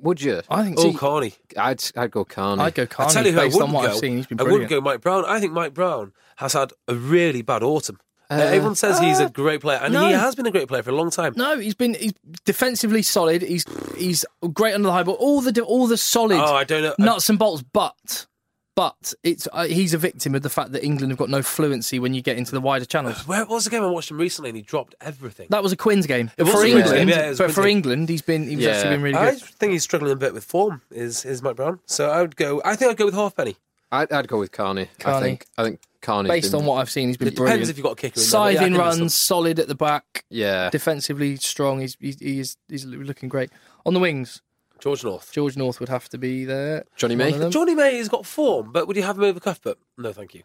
Speaker 4: Would you?
Speaker 3: I think
Speaker 5: Uh, Oh,
Speaker 3: see-
Speaker 5: Carney.
Speaker 4: I'd I'd go Carney.
Speaker 3: I'd go
Speaker 5: I
Speaker 3: Carney
Speaker 5: tell you who I
Speaker 3: based
Speaker 5: wouldn't
Speaker 3: on what
Speaker 5: go.
Speaker 3: I've seen. He's been
Speaker 5: I
Speaker 3: brilliant.
Speaker 5: wouldn't go Mike Brown. I think Mike Brown has had a really bad autumn. Uh, everyone says he's a great player, and
Speaker 3: no.
Speaker 5: he has been a great player for a long time.
Speaker 3: No, he's been he's defensively solid. He's he's great under the high ball. All the all the solid
Speaker 5: Oh, I don't know.
Speaker 3: nuts and bolts, but but it's uh, he's a victim of the fact that England have got no fluency when you get into the wider channels.
Speaker 5: Where what was the game I watched him recently and he dropped everything?
Speaker 3: That was a Quinn's game
Speaker 5: was
Speaker 3: for
Speaker 5: a Quinn's
Speaker 3: England.
Speaker 5: game, yeah, it was a
Speaker 3: but for
Speaker 5: Quinn's game.
Speaker 3: England, he's been he's
Speaker 4: Yeah.
Speaker 3: actually been really
Speaker 5: I
Speaker 3: good.
Speaker 5: think he's struggling a bit with form, is is Mike Brown. So I would go I think I'd go with halfpenny.
Speaker 4: I'd, I'd go with Carney. I
Speaker 3: Carney.
Speaker 4: think I think Carney.
Speaker 3: Based on what I've seen, he's been
Speaker 5: It depends
Speaker 3: brilliant.
Speaker 5: if you've got a kicker in there, but yeah, I
Speaker 3: Scything
Speaker 5: think that's
Speaker 3: runs, solid at the back,
Speaker 4: Yeah.
Speaker 3: defensively strong. He's he's he's, he's looking great on the wings.
Speaker 5: George North.
Speaker 3: George North would have to be there.
Speaker 4: Johnny
Speaker 3: One
Speaker 4: May.
Speaker 3: of them.
Speaker 5: Johnny May has got form, but would you have him over Cuthbert? No, thank you.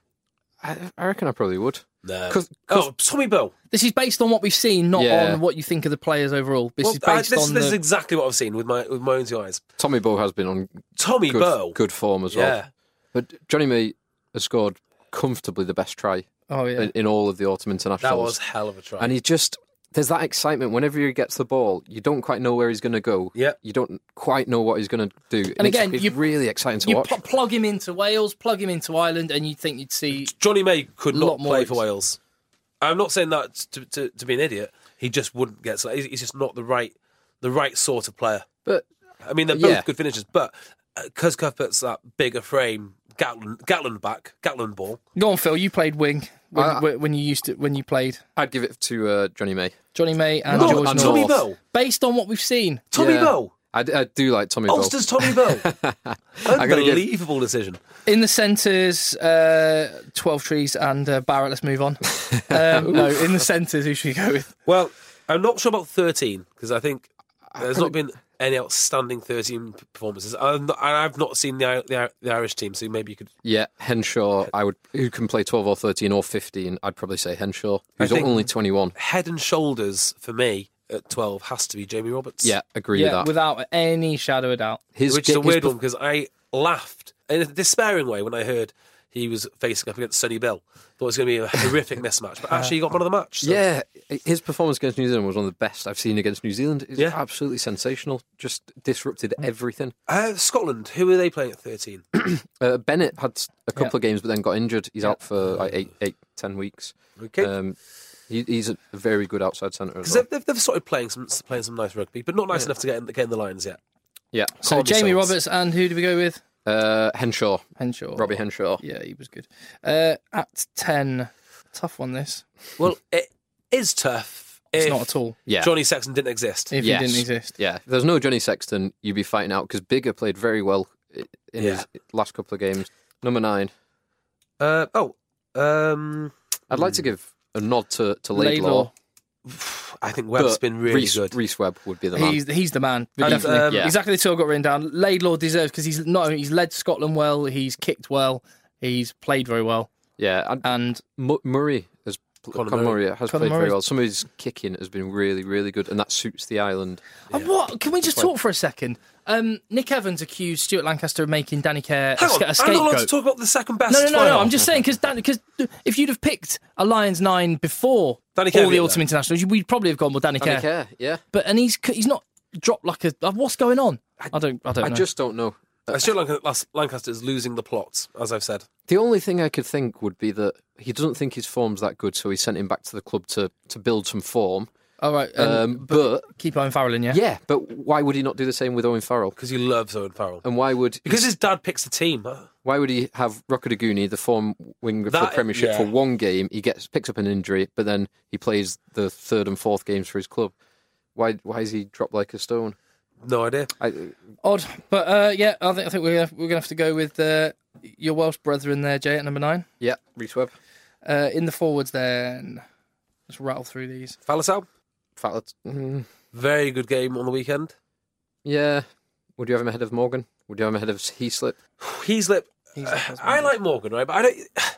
Speaker 4: I, I reckon I probably would.
Speaker 5: No.
Speaker 4: 'Cause-
Speaker 5: oh, Tommy Bow.
Speaker 3: This is based on what we've seen, not
Speaker 4: Yeah.
Speaker 3: on what you think of the players overall. uh, This
Speaker 5: Well,
Speaker 3: is
Speaker 5: I-
Speaker 3: based
Speaker 5: this,
Speaker 3: on
Speaker 5: this is
Speaker 3: the.
Speaker 5: exactly what I've seen with my with my own two eyes.
Speaker 4: Tommy Bow has been on
Speaker 5: Tommy
Speaker 4: good,
Speaker 5: Bow.
Speaker 4: good form as well.
Speaker 5: Yeah.
Speaker 4: But Johnny May, has scored comfortably the best try
Speaker 3: Oh yeah.
Speaker 4: in, in all of the autumn
Speaker 5: That
Speaker 4: internationals.
Speaker 5: was hell of a try.
Speaker 4: and he just there's that excitement whenever he gets the ball. You don't quite know where he's going to go.
Speaker 5: Yep.
Speaker 4: You don't quite know what he's going to do. And, it's-
Speaker 3: again,
Speaker 4: it's,
Speaker 3: you-
Speaker 4: really exciting to
Speaker 3: you
Speaker 4: watch.
Speaker 3: pl- plug him into Wales, plug him into Ireland, and you'd think you'd see.
Speaker 5: Johnny May could
Speaker 3: Lot
Speaker 5: not
Speaker 3: more
Speaker 5: play
Speaker 3: ex-
Speaker 5: for Wales. I'm not saying that to, to, to be an idiot. He just wouldn't get. He's he's just not the right the right sort of player.
Speaker 4: but
Speaker 5: I mean, they're both
Speaker 4: Yeah.
Speaker 5: good finishers, but because Cuthbert's that bigger frame, Gatlin, Gatlin back, Gatlin ball.
Speaker 3: Go on, Phil. You played wing when,
Speaker 4: I-
Speaker 3: when- when you used to when you played
Speaker 4: I'd give it to uh, Johnny May.
Speaker 3: Johnny May and
Speaker 4: No,
Speaker 3: George North.
Speaker 4: and
Speaker 5: Tommy
Speaker 4: North.
Speaker 5: Bow,
Speaker 3: uh, Based on what we've seen,
Speaker 5: Tommy
Speaker 4: Yeah.
Speaker 5: Bow,
Speaker 4: I, d- I do like Tommy Bow.
Speaker 5: Ulster's Tommy Bow.
Speaker 4: gotta give-
Speaker 5: Unbelievable decision.
Speaker 3: in the centres, uh, twelve trees and uh, Barrett. Let's move <laughs> on. Um, no, in the centres, who should we go with?
Speaker 5: Well, I'm not sure about 13 because I think there's not been any outstanding 13 performances. I'm not, and I've not seen the, I- the, I- the Irish team, so maybe you could.
Speaker 4: Yeah, Henshaw. I would who can play twelve or thirteen or fifteen. I'd probably say Henshaw,
Speaker 5: I
Speaker 4: who's
Speaker 5: think-
Speaker 4: only twenty one.
Speaker 5: Head and shoulders for me at 12 has to be Jamie Roberts.
Speaker 4: Yeah, agree
Speaker 3: yeah,
Speaker 4: with that.
Speaker 3: without any shadow of doubt.
Speaker 4: his,
Speaker 5: which is a
Speaker 4: his
Speaker 5: weird
Speaker 4: perf-
Speaker 5: one because I laughed in a despairing way when I heard he was facing up against Sonny Bill. Thought it was going to be a horrific mismatch, but actually he got one of the match. so-
Speaker 4: Yeah, his performance against New Zealand was one of the best I've seen against New Zealand. It's
Speaker 5: Yeah.
Speaker 4: absolutely sensational. Just disrupted everything.
Speaker 5: Uh, Scotland, who are they playing at
Speaker 3: <clears throat>
Speaker 5: 13?
Speaker 4: Uh, Bennett had a couple of games, but then got injured. He's out for like eight, eight, ten weeks.
Speaker 5: Okay.
Speaker 4: Um, he, he's a very good outside centre. As
Speaker 5: Because
Speaker 4: well.
Speaker 5: they've, they've, they've started playing some playing some nice rugby, but not nice enough to get in, get in the lines yet.
Speaker 4: Yeah.
Speaker 3: So
Speaker 5: Calm
Speaker 3: Jamie
Speaker 5: yourselves.
Speaker 3: Roberts and who do we go with?
Speaker 4: Uh, Henshaw,
Speaker 3: Henshaw.
Speaker 4: Robbie Henshaw.
Speaker 3: Yeah, he was good. Uh, at ten, tough one. This
Speaker 5: Well, it is tough.
Speaker 3: it's
Speaker 5: if
Speaker 3: not at all.
Speaker 4: Yeah.
Speaker 5: Johnny Sexton didn't exist.
Speaker 3: If
Speaker 4: Yes.
Speaker 3: he didn't exist,
Speaker 4: Yeah, if there's no Johnny Sexton, you'd be fighting out because Bigger played very well i- in his last couple of games. Number nine,
Speaker 5: Uh, oh, um,
Speaker 4: I'd like to give a nod to, to
Speaker 3: Laidlaw.
Speaker 4: Laidlaw.
Speaker 5: I think Webb's
Speaker 4: but
Speaker 5: been really
Speaker 4: Reece,
Speaker 5: good.
Speaker 4: Reece Webb would be the man.
Speaker 3: He's he's the man.
Speaker 5: And,
Speaker 3: definitely.
Speaker 5: um,
Speaker 4: Yeah.
Speaker 3: Exactly the two I got written down. Laidlaw deserves because he's not only he's led Scotland well, he's kicked well, he's played very well,
Speaker 4: yeah, and
Speaker 3: and
Speaker 4: Mu- Murray has pl-
Speaker 5: Conor
Speaker 4: Conor
Speaker 5: Murray.
Speaker 4: Murray has
Speaker 3: Uh, Conor
Speaker 4: played
Speaker 3: Murray's-
Speaker 4: very well. Some of his kicking has been really, really good, and that suits the island.
Speaker 3: And what? Can we just talk for a second? Um, Nick Evans accused Stuart Lancaster of making Danny Kerr a,
Speaker 5: Hang on,
Speaker 3: sca- a
Speaker 5: I'm not allowed to
Speaker 3: scapegoat.
Speaker 5: talk about the second best.
Speaker 3: No, no, no,
Speaker 5: player.
Speaker 3: no. I'm just saying because because if you'd have picked a Lions nine before
Speaker 5: Danny Kerr
Speaker 3: all the
Speaker 5: beat
Speaker 3: autumn
Speaker 5: them.
Speaker 3: internationals, we'd probably have gone with Danny,
Speaker 4: Danny
Speaker 3: Kerr.
Speaker 4: Kerr, yeah.
Speaker 3: But and he's c- he's not dropped like a. uh, What's going on? I, don't. I don't
Speaker 4: I
Speaker 3: know.
Speaker 4: just don't know.
Speaker 5: Uh, Stuart Lanc- Las- Lancaster's losing the plot, as I've said.
Speaker 4: The only thing I could think would be that he doesn't think his form's that good, so he sent him back to the club to, to build some form.
Speaker 3: all right. Um,
Speaker 4: Um, but
Speaker 3: keep Owen Farrell in, yeah.
Speaker 4: yeah, but why would he not do the same with Owen Farrell?
Speaker 5: because he loves Owen Farrell.
Speaker 4: And why would
Speaker 5: Because his dad picks the team. uh, huh?
Speaker 4: Why would he have Rockadaguni, the form winger for the
Speaker 5: That-
Speaker 4: Premiership,
Speaker 5: yeah.
Speaker 4: for one game? He gets picks up an injury, but then he plays the third and fourth games for his club. Why? Why is he dropped like a stone?
Speaker 5: No idea.
Speaker 4: I,
Speaker 3: Odd, but uh, yeah, I think I think we're gonna, we're gonna have to go with uh, your Welsh brethren there, Jay, at number nine.
Speaker 4: yeah, Reese Webb,
Speaker 3: Uh, in the forwards, then let's rattle through these.
Speaker 5: Falasau,
Speaker 4: Fatlett. Mm,
Speaker 5: very good game on the weekend.
Speaker 4: yeah. Would you have him ahead of Morgan? Would you have him ahead of Heaslip?
Speaker 5: Heaslip, uh, I like Morgan, right? But I don't, <sighs>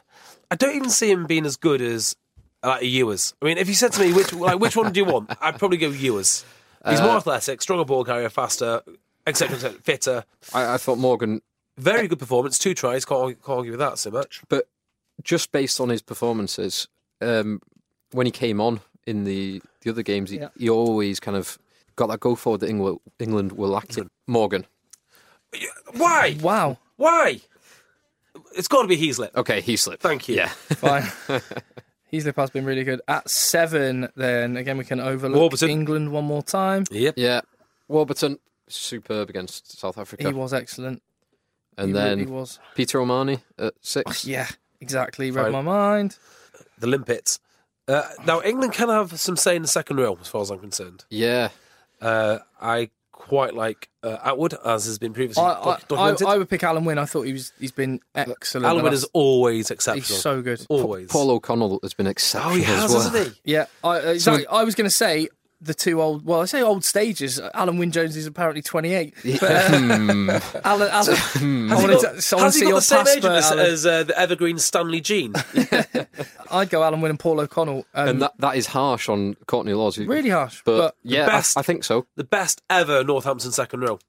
Speaker 5: I don't even see him being as good as like a Ewers. I mean, if you said to me which like which one do you want, I'd probably go Ewers. He's
Speaker 4: Uh,
Speaker 5: more athletic, stronger ball carrier, faster, etc., etc., fitter.
Speaker 4: I, I thought Morgan,
Speaker 5: Very good performance, two tries. Can't, can't argue with that so much.
Speaker 4: but just based on his performances, um, when he came on in the the other games, he, he always kind of got that go forward that England England were lacking. Morgan.
Speaker 5: Why?
Speaker 3: Wow,
Speaker 5: Why? It's got to be Heaslip.
Speaker 4: Okay, Heaslip.
Speaker 5: Thank you.
Speaker 4: Yeah.
Speaker 3: fine. <laughs> Heaslip has been really good at seven. Then again, we can overlook
Speaker 5: Warburton.
Speaker 3: England one more time.
Speaker 5: Yep.
Speaker 4: Yeah, Warburton superb against South Africa,
Speaker 3: He was excellent.
Speaker 4: and
Speaker 3: he
Speaker 4: then
Speaker 3: really was. Oh,
Speaker 4: Peter Omani at six.
Speaker 3: Yeah, exactly. Read
Speaker 5: Fine.
Speaker 3: my mind.
Speaker 5: The limpets. Uh, now England can have some say in the second row, as far as I'm concerned.
Speaker 4: Yeah,
Speaker 5: Uh, I quite like uh, Atwood, as has been
Speaker 3: I,
Speaker 5: previously
Speaker 3: I,
Speaker 5: doc-
Speaker 3: I,
Speaker 5: documented.
Speaker 3: I would pick Alan Wynn. I thought he was. He's been excellent.
Speaker 5: Alan
Speaker 3: the
Speaker 5: Wynne
Speaker 3: last-
Speaker 5: is always exceptional.
Speaker 3: He's so good.
Speaker 5: always.
Speaker 4: Paul O'Connell has been exceptional.
Speaker 5: oh, he has,
Speaker 4: as well.
Speaker 5: hasn't he?
Speaker 3: Yeah, I, uh, exactly. I was going to say the two old. Well, I say old stages. Alan Wynne Jones is apparently twenty
Speaker 5: <laughs>
Speaker 3: eight. Alan, Alan, I
Speaker 5: Hmm. Has he
Speaker 3: wanna
Speaker 5: got,
Speaker 3: t- so I wanna
Speaker 5: has he
Speaker 3: see
Speaker 5: got
Speaker 3: your
Speaker 5: the same agent
Speaker 3: passport,
Speaker 5: as,
Speaker 3: Alan.
Speaker 5: as uh, the evergreen Stanley
Speaker 3: <laughs>
Speaker 5: Jean?
Speaker 3: I'd go Alan Wynne and Paul O'Connell. Um,
Speaker 4: And that, that is harsh on Courtney Laws. who-
Speaker 3: Really harsh,
Speaker 4: but,
Speaker 3: but
Speaker 4: yeah,
Speaker 5: the
Speaker 4: I-
Speaker 5: best-
Speaker 4: I, think so.
Speaker 5: the best ever Northampton second row.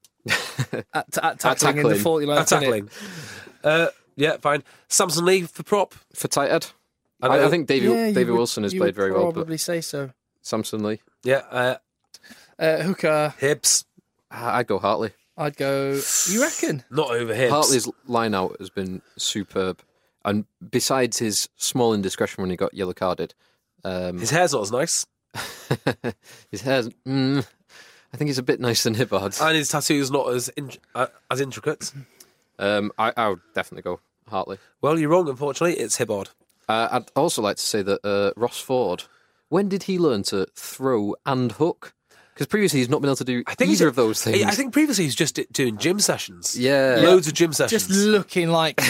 Speaker 3: at, at, tackling in the
Speaker 4: tackling.
Speaker 3: forty line.
Speaker 5: At tackling. Uh, Yeah, fine. Samson Lee for prop.
Speaker 4: for tight end.
Speaker 5: I
Speaker 4: I,
Speaker 5: know.
Speaker 4: I think Davy Davy Wilson has played very well, but
Speaker 3: Probably say so.
Speaker 4: Samson Lee,
Speaker 5: Yeah, uh,
Speaker 3: Uh, hooker,
Speaker 5: Hibbs.
Speaker 4: I- I'd go Hartley.
Speaker 3: I'd go. You reckon?
Speaker 5: Not over Hibbs.
Speaker 4: Hartley's line out has been superb, and besides his small indiscretion when he got yellow carded, um, <laughs>
Speaker 5: His hair's not as nice.
Speaker 4: his hair's. Mm, I think he's a bit nicer than Hibbard.
Speaker 5: And his tattoo's not as in, uh, as intricate.
Speaker 4: Um, I, I would definitely go Hartley.
Speaker 5: Well, you're wrong, unfortunately. It's Hibbard.
Speaker 4: Uh, I'd also like to say that uh, Ross Ford, when did he learn to throw and hook? Because previously he's not been able to do
Speaker 5: he's-
Speaker 4: either of those things.
Speaker 5: I think previously he's just doing gym sessions.
Speaker 4: Yeah.
Speaker 5: Loads of gym sessions.
Speaker 3: Just looking
Speaker 5: <laughs>
Speaker 3: like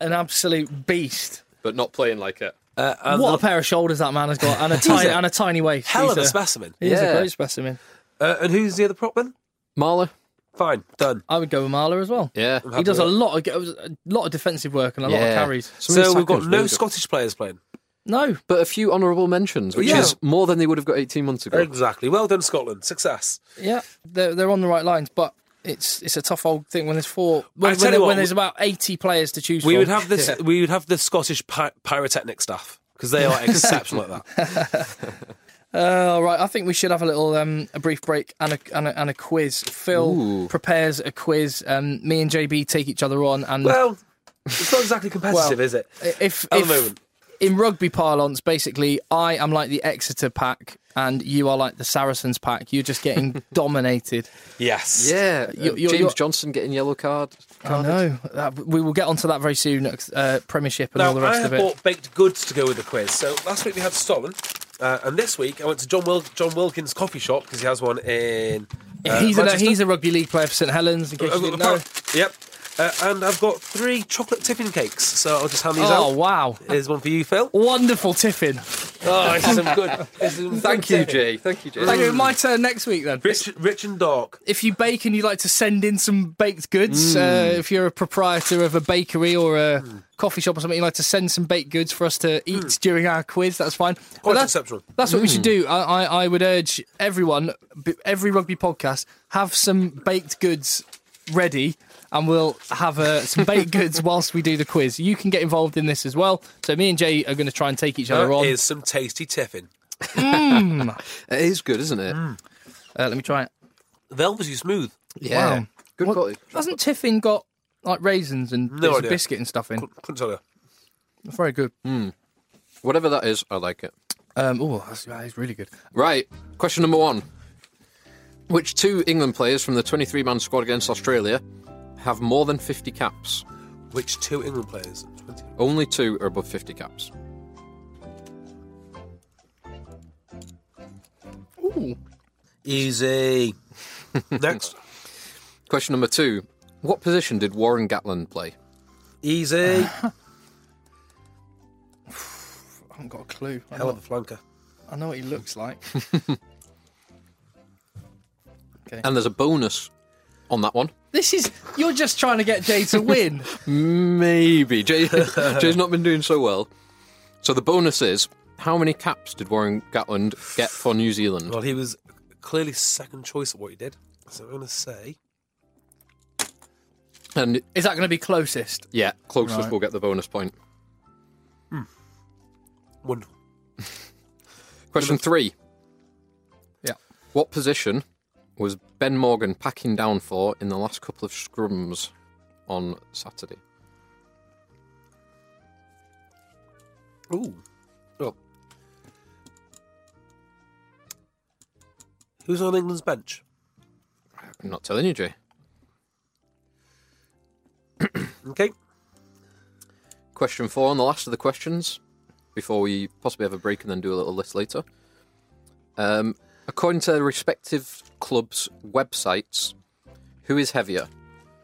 Speaker 3: an absolute beast.
Speaker 4: but not playing like it.
Speaker 5: uh, and
Speaker 3: what a
Speaker 5: the-
Speaker 3: pair of shoulders that man has got,
Speaker 5: <laughs>
Speaker 3: and a tiny and a tiny waist.
Speaker 5: hell
Speaker 3: He's
Speaker 5: of a specimen.
Speaker 3: He's
Speaker 4: Yeah.
Speaker 3: a great specimen.
Speaker 5: Uh, and who's the other prop then?
Speaker 4: Marla,
Speaker 5: Fine, done.
Speaker 3: I would go with Marla as well.
Speaker 4: yeah,
Speaker 3: He does a lot of a lot of defensive work and a lot of
Speaker 4: Yeah.
Speaker 3: carries.
Speaker 4: Some of
Speaker 5: so
Speaker 4: his
Speaker 5: we've got
Speaker 4: tackles
Speaker 5: no
Speaker 4: really good.
Speaker 5: Scottish players playing.
Speaker 3: No,
Speaker 4: but a few honourable mentions, which
Speaker 5: Yeah.
Speaker 4: is more than they would have got 18 months ago.
Speaker 5: Exactly. Well done, Scotland. Success.
Speaker 3: yeah, they're, they're on the right lines, but it's it's a tough old thing when there's four when, when,
Speaker 5: tell you
Speaker 3: there-
Speaker 5: what,
Speaker 3: when there's about eighty players to choose
Speaker 5: We
Speaker 3: from.
Speaker 5: would have this. We would have the Scottish py- pyrotechnic staff because they <laughs> are exceptional at that.
Speaker 3: Uh, all right, I think we should have a little um, a brief break and a, and a, and a quiz. Phil prepares a quiz. Um, me and JB take each other on, and
Speaker 5: Well, it's not exactly competitive,
Speaker 3: Well,
Speaker 5: is it?
Speaker 3: if,
Speaker 5: At the
Speaker 3: if-
Speaker 5: moment.
Speaker 3: in rugby parlance, basically, I am like the Exeter pack, and you are like the Saracens pack. You're just
Speaker 5: <laughs>
Speaker 3: getting dominated.
Speaker 5: Yes.
Speaker 4: Yeah,
Speaker 3: You-
Speaker 4: uh,
Speaker 3: you-
Speaker 4: James
Speaker 3: you're-
Speaker 4: Johnson getting yellow card.
Speaker 3: I know. That, we will get onto that very soon. Uh, premiership and
Speaker 5: Now,
Speaker 3: all the rest of
Speaker 5: I have
Speaker 3: it.
Speaker 5: bought baked goods to go with the quiz. So last week we had Scotland, uh, and this week I went to John, Wil- John Wilkins' coffee shop because he has one in.
Speaker 3: <laughs>
Speaker 5: Uh,
Speaker 3: he's a
Speaker 5: Manchester.
Speaker 3: he's a rugby league player for St Helens. In case
Speaker 5: I've
Speaker 3: you
Speaker 5: got
Speaker 3: didn't
Speaker 5: the
Speaker 3: know.
Speaker 5: par- Yep. Uh, and I've got three chocolate tiffin cakes, so I'll just hand these
Speaker 3: Oh
Speaker 5: out.
Speaker 3: wow!
Speaker 5: Here's one for you, Phil.
Speaker 3: Wonderful tiffin.
Speaker 5: Oh, <laughs> it's some good. it's some
Speaker 4: Thank
Speaker 5: good
Speaker 4: you,
Speaker 5: tiffin.
Speaker 4: Jay. Thank you, Jay.
Speaker 3: Thank you.
Speaker 5: Mm.
Speaker 3: My turn next week then.
Speaker 5: <laughs> Rich, rich and dark.
Speaker 3: if you bake and you'd like to send in some baked goods,
Speaker 5: Mm.
Speaker 3: uh, if you're a proprietor of a bakery or a coffee shop or something, you'd like to send some baked goods for us to eat during our quiz, that's fine. But
Speaker 5: Mm. Quite Mm.
Speaker 3: that's,
Speaker 5: exceptional.
Speaker 3: that's what we should do. I, I, I would urge everyone, b- every rugby podcast, have some baked goods ready. And we'll have uh, some baked
Speaker 5: <laughs>
Speaker 3: goods whilst we do the quiz. You can get involved in this as well. So me and Jay are going to try and take each other
Speaker 5: That
Speaker 3: on.
Speaker 5: uh, is some tasty tiffin.
Speaker 4: It is good, isn't it?
Speaker 5: Mm.
Speaker 3: Uh, let me try it.
Speaker 5: Velvety smooth.
Speaker 4: Yeah,
Speaker 5: Oh.
Speaker 3: Wow.
Speaker 4: good
Speaker 3: What-
Speaker 4: quality.
Speaker 3: Hasn't Tiffin got like raisins and
Speaker 5: No
Speaker 3: bits of
Speaker 5: idea.
Speaker 3: biscuit and stuff in?
Speaker 5: Couldn't tell you.
Speaker 3: Very good.
Speaker 4: Whatever that is, I like it.
Speaker 3: Um, oh, that's, that is really good.
Speaker 4: Right, question number one. Which two England players from the 23 man squad against Australia have more than 50 caps?
Speaker 5: Which two England players?
Speaker 4: Only two are above 50 caps.
Speaker 3: <laughs>
Speaker 5: Easy. Next.
Speaker 4: Question number two. What position did Warren Gatland play?
Speaker 3: <laughs>
Speaker 5: Easy.
Speaker 3: I haven't got a clue. I
Speaker 5: Hell
Speaker 3: know,
Speaker 5: of a flanker.
Speaker 3: I know what he looks like.
Speaker 4: And there's a bonus on that one.
Speaker 3: <laughs> this is you're just trying to get Jay to win.
Speaker 4: Maybe. <laughs> Jay, Jay's not been doing so well. So the bonus is how many caps did Warren Gatland get for New Zealand?
Speaker 5: Well, he was clearly second choice at what he did. So I'm going to say.
Speaker 4: And
Speaker 3: <laughs> is that going to be closest?
Speaker 4: yeah, closest
Speaker 3: Right.
Speaker 4: will get the bonus point.
Speaker 5: Wonderful.
Speaker 4: Question three.
Speaker 3: Yeah.
Speaker 4: What position was Ben Morgan packing down for in the last couple of scrums on Saturday?
Speaker 5: Ooh.
Speaker 4: Oh,
Speaker 5: Well. Who's on England's bench?
Speaker 4: I'm not telling you, Jay.
Speaker 5: Okay.
Speaker 4: Question four, and the last of the questions before we possibly have a break and then do a little list later. Um, according to their respective clubs' websites, who is heavier,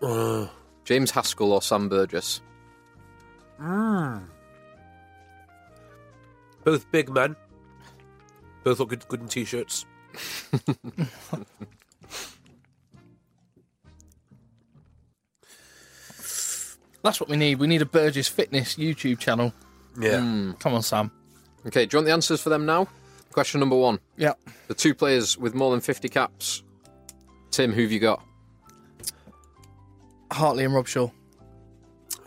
Speaker 5: Uh,
Speaker 4: James Haskell or Sam Burgess?
Speaker 5: both big men. Both look good, good in t-shirts.
Speaker 3: That's what we need. We need a Burgess Fitness YouTube channel.
Speaker 5: Yeah.
Speaker 3: Come on, Sam.
Speaker 4: Okay, do you want the answers for them now? Question number one:
Speaker 3: Yeah.
Speaker 4: The two players with more than fifty caps. Tim, who've you got?
Speaker 3: Hartley and Robshaw.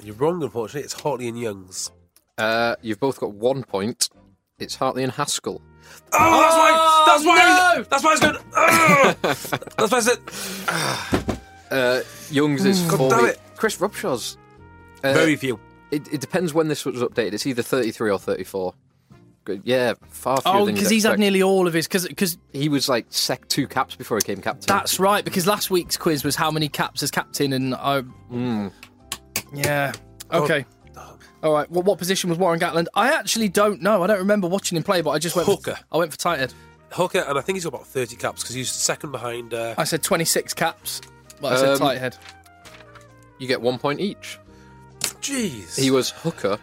Speaker 5: You're wrong, unfortunately. It's Hartley and Youngs.
Speaker 4: Uh, you've both got one point. It's Hartley and Haskell.
Speaker 5: Oh, that's why. That's why. That's why I Ah! was <laughs> going. "Ugh." that's why I said.
Speaker 4: Uh, Young's is
Speaker 5: God
Speaker 4: 40.
Speaker 5: Mm. damn it.
Speaker 4: Chris Robshaw's. Uh,
Speaker 5: Very few.
Speaker 4: It, it depends when this was updated. It's either 33 or 34. Good. Yeah, far fewer
Speaker 3: Oh,
Speaker 4: than you'd
Speaker 3: because he's had
Speaker 4: expect.
Speaker 3: nearly all of his. Because
Speaker 4: He was like sec two caps before he came captain.
Speaker 3: that's right. Because last week's quiz was how many caps as captain, and I. Yeah. Okay. All right. Well, what position was Warren Gatland? I actually don't know. I don't remember watching him play, but I just went.
Speaker 5: Hooker.
Speaker 3: For, I went for tight end.
Speaker 5: Hooker, and I think he's got about 30 caps because he's second behind. Uh,
Speaker 3: I said 26 caps. But I said
Speaker 4: Um,
Speaker 3: tight head.
Speaker 4: You get one point each.
Speaker 5: Jeez.
Speaker 4: He was hooker.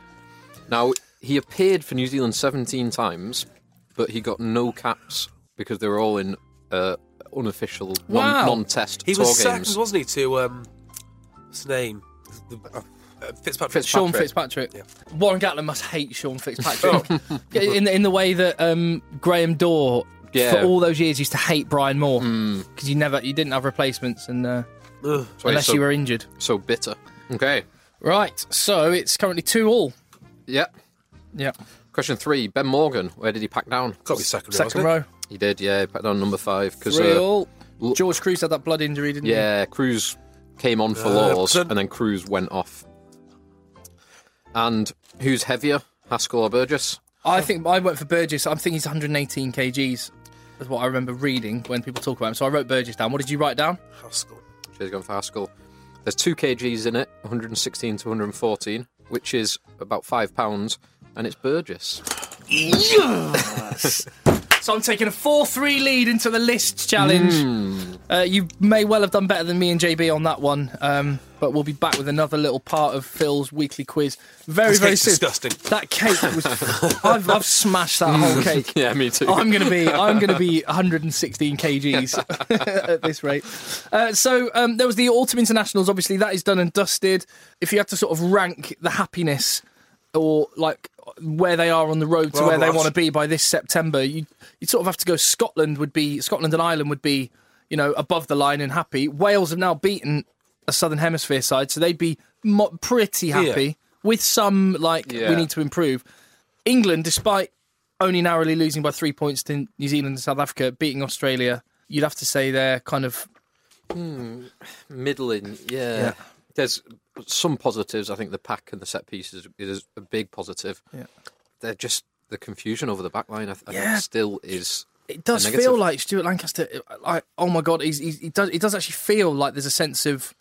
Speaker 4: Now, he appeared for New Zealand 17 times, but he got no caps because they were all in uh, unofficial,
Speaker 3: Wow.
Speaker 4: non, non-test
Speaker 5: He
Speaker 4: tour
Speaker 5: was second,
Speaker 4: games.
Speaker 5: wasn't he? To um, what's his name? The- uh, uh, Fitzpatrick.
Speaker 3: Sean
Speaker 4: Patrick.
Speaker 3: Fitzpatrick.
Speaker 5: Yeah.
Speaker 3: Warren Gatland must hate Sean Fitzpatrick. Yeah, in, the- in the way that um, Graham Dorr,
Speaker 4: Yeah.
Speaker 3: for all those years, used to hate Brian Moore because you never, you didn't have replacements, and uh,
Speaker 5: Ugh.
Speaker 4: That's why he's
Speaker 3: unless
Speaker 4: so,
Speaker 3: you were injured.
Speaker 4: so bitter. Okay.
Speaker 3: Right. So it's currently two all.
Speaker 4: Yeah.
Speaker 3: Yeah.
Speaker 4: Question three. Ben Morgan. Where did he pack down?
Speaker 5: Got to be second.
Speaker 3: Second
Speaker 5: wasn't it?
Speaker 3: row.
Speaker 4: He did. Yeah. He packed down number five because
Speaker 3: Three all.
Speaker 4: l-
Speaker 3: George Cruz had that blood injury, didn't he?
Speaker 4: Yeah, Cruz came on for
Speaker 5: Uh,
Speaker 4: Laws,
Speaker 5: percent-
Speaker 4: and then Cruz went off. And who's heavier, Haskell or Burgess?
Speaker 3: I think I went for Burgess. I'm thinking he's 118 kgs. Is what I remember reading when people talk about him. So I wrote Burgess down. What did you write down?
Speaker 5: Haskell.
Speaker 4: She's gone for Haskell. There's two kgs in it, 116 to 114, which is about five pounds, and it's Burgess.
Speaker 3: So I'm taking a 4 3 lead into the list challenge. Uh, you may well have done better than me and JB on that one, um, but we'll be back with another little part of Phil's weekly quiz very,
Speaker 5: This
Speaker 3: very
Speaker 5: cake's
Speaker 3: soon.
Speaker 5: disgusting.
Speaker 3: That cake was. I've, I've smashed that whole cake.
Speaker 4: Yeah, me <laughs> too.
Speaker 3: I'm gonna be I'm gonna
Speaker 5: <laughs>
Speaker 3: be 116 kgs <laughs> at this rate. Uh, so um, there was the autumn internationals. Obviously, that is done and dusted. If you had to sort of rank the happiness or like where they are on the road to
Speaker 5: Well,
Speaker 3: where they
Speaker 5: I've-
Speaker 3: want to be by this September, you you sort of have to go. Scotland would be Scotland and Ireland would be you know above the line and happy. Wales have now beaten a Southern Hemisphere side, so they'd be mo- pretty happy
Speaker 5: Yeah.
Speaker 3: with some like
Speaker 4: Yeah.
Speaker 3: we need to improve. England, despite only narrowly losing by three points to New Zealand and South Africa, beating Australia, you'd have to say they're kind of
Speaker 4: Middling, yeah. There's some positives. I think the pack and the set pieces is a big positive.
Speaker 3: Yeah.
Speaker 4: They're just the confusion over the back line, I, th- I
Speaker 3: Yeah.
Speaker 4: think, still is.
Speaker 3: It does
Speaker 4: a negative.
Speaker 3: feel like Stuart Lancaster. Like, oh my god, he's, he's, he does. It does actually feel like there's a sense of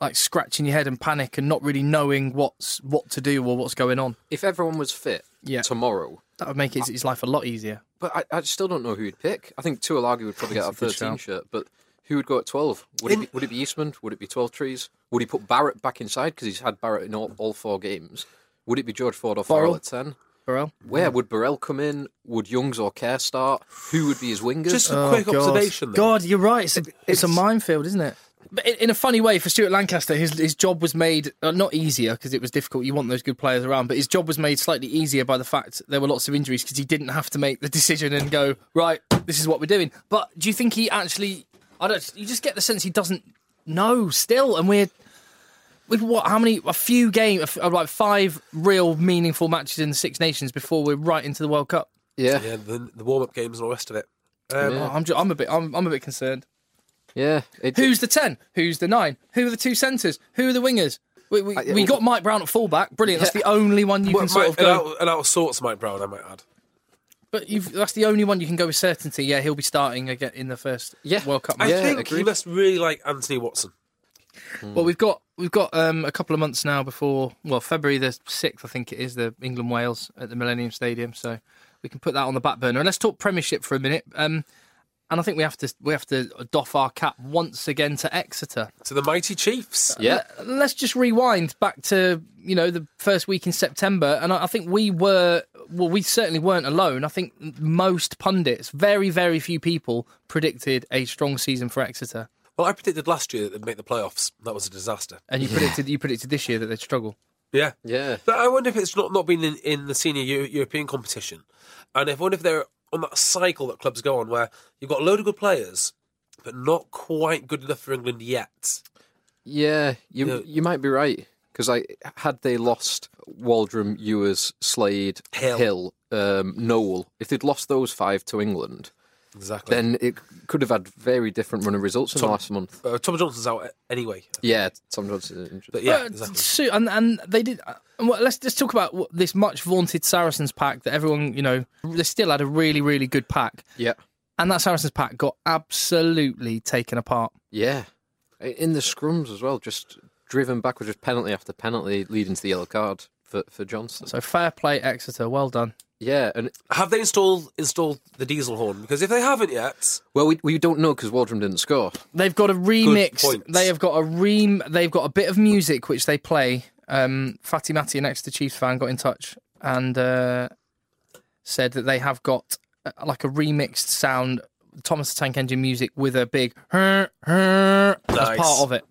Speaker 3: like scratching your head and panic and not really knowing what's what to do or what's going on.
Speaker 4: If everyone was fit
Speaker 3: Yeah.
Speaker 4: tomorrow,
Speaker 3: That would make his, his life a lot easier.
Speaker 4: But I, I still don't know who he'd pick. I think Tuolagi
Speaker 3: <laughs>
Speaker 4: would probably
Speaker 3: That's
Speaker 4: get
Speaker 3: a
Speaker 4: a
Speaker 3: good
Speaker 4: 13
Speaker 3: shout.
Speaker 4: shirt, but who would go at 12? Would, it be, would it be Eastman? Would it be 12 Trees? Would he put Barrett back inside because he's had Barrett in all, all four games? Would it be George Ford or Farrell
Speaker 3: Burrell.
Speaker 4: at 10?
Speaker 3: Burrell,
Speaker 4: Where would Burrell come in? Would Youngs or Kerr start? Who would be his wingers?
Speaker 5: Just a quick observation. though.
Speaker 3: Oh, God, you're right. It's a, it's, a minefield, isn't it? But in, in a funny way, for Stuart Lancaster, his his job was made uh, not easier because it was difficult. You want those good players around, but his job was made slightly easier by the fact there were lots of injuries because he didn't have to make the decision and go right. This is what we're doing. But do you think he actually? I don't. You just get the sense he doesn't know still, and we're. We've what? How many? A few game, a f- uh, like five real meaningful matches in the Six Nations before we're right into the World Cup.
Speaker 4: yeah. yeah.
Speaker 5: Yeah, the, the warm up games and all the rest of it. Um,
Speaker 3: Oh, I'm, ju- I'm a bit, I'm, I'm a bit concerned.
Speaker 4: It-
Speaker 3: Who's the 10? Who's the 9? Who are the two centres? Who are the wingers? We,
Speaker 5: Uh,
Speaker 3: we, we got Mike Brown at fullback. Brilliant. That's the only one you
Speaker 5: well,
Speaker 3: can sort
Speaker 5: Mike-
Speaker 3: of go.
Speaker 5: and, out, and out of sorts, Mike Brown, I might add.
Speaker 3: But you've, that's the only one you can go with certainty. Yeah, he'll be starting again in the first
Speaker 4: Yeah.
Speaker 3: World Cup.
Speaker 5: I
Speaker 3: match.
Speaker 4: Yeah,
Speaker 5: think he
Speaker 4: agreed.
Speaker 5: must really like Anthony Watson.
Speaker 3: Well, we've got we've got um, a couple of months now before. Well, February the sixth, I think it is, the England Wales at the Millennium Stadium. So we can put that on the back burner and let's talk Premiership for a minute. Um, and I think we have to we have to doff our cap once again to Exeter.
Speaker 5: To the mighty Chiefs.
Speaker 4: yeah.
Speaker 3: let's just rewind back to you know the first week in September, and I, I think we were well, we certainly weren't alone. I think most pundits, very very few people, predicted a strong season for Exeter,
Speaker 5: Well, I predicted last year that they'd make the playoffs. That was a disaster.
Speaker 3: and you predicted you predicted this year that they'd struggle.
Speaker 5: Yeah.
Speaker 4: Yeah.
Speaker 5: But I wonder if it's not, not been in, in the senior Eu- European competition. And if, I wonder if they're on that cycle that clubs go on where you've got a load of good players, but not quite good enough for England yet.
Speaker 4: Yeah. You,
Speaker 5: Yeah.
Speaker 4: you might be right. because like, had they lost Waldrum, Ewers, Slade,
Speaker 5: Hill.
Speaker 4: um, Noel, if they'd lost those five to England,
Speaker 5: Exactly.
Speaker 4: then it could have had very different run of results in the
Speaker 5: Tom-
Speaker 4: last month.
Speaker 5: uh, Tom Johnson's out anyway.
Speaker 4: Yeah, Tom Johnson is injured.
Speaker 5: But yeah,
Speaker 3: Uh,
Speaker 5: exactly.
Speaker 3: so- and and they did. uh, Well, let's just talk about what- this much vaunted Saracens pack that everyone, you know, they still had a really really good pack,
Speaker 4: yeah,
Speaker 3: and that Saracens pack got absolutely taken apart.
Speaker 4: yeah. In the scrums as well, just driven backwards, just penalty after penalty, leading to the yellow card for, for Johnson.
Speaker 3: So fair play Exeter, well done.
Speaker 4: Yeah, and
Speaker 5: Have they installed installed the diesel horn? Because if they haven't yet,
Speaker 4: well, we, we don't know because Waldrum didn't score.
Speaker 3: They've got a remix.
Speaker 5: point.
Speaker 3: They have got a rem. They've got a bit of music which they play. Um, Fatty Matty, an Exeter Chiefs fan, got in touch and uh, said that they have got uh, like a remixed sound, Thomas the Tank Engine music with a big <laughs> as
Speaker 5: Nice.
Speaker 3: part of it.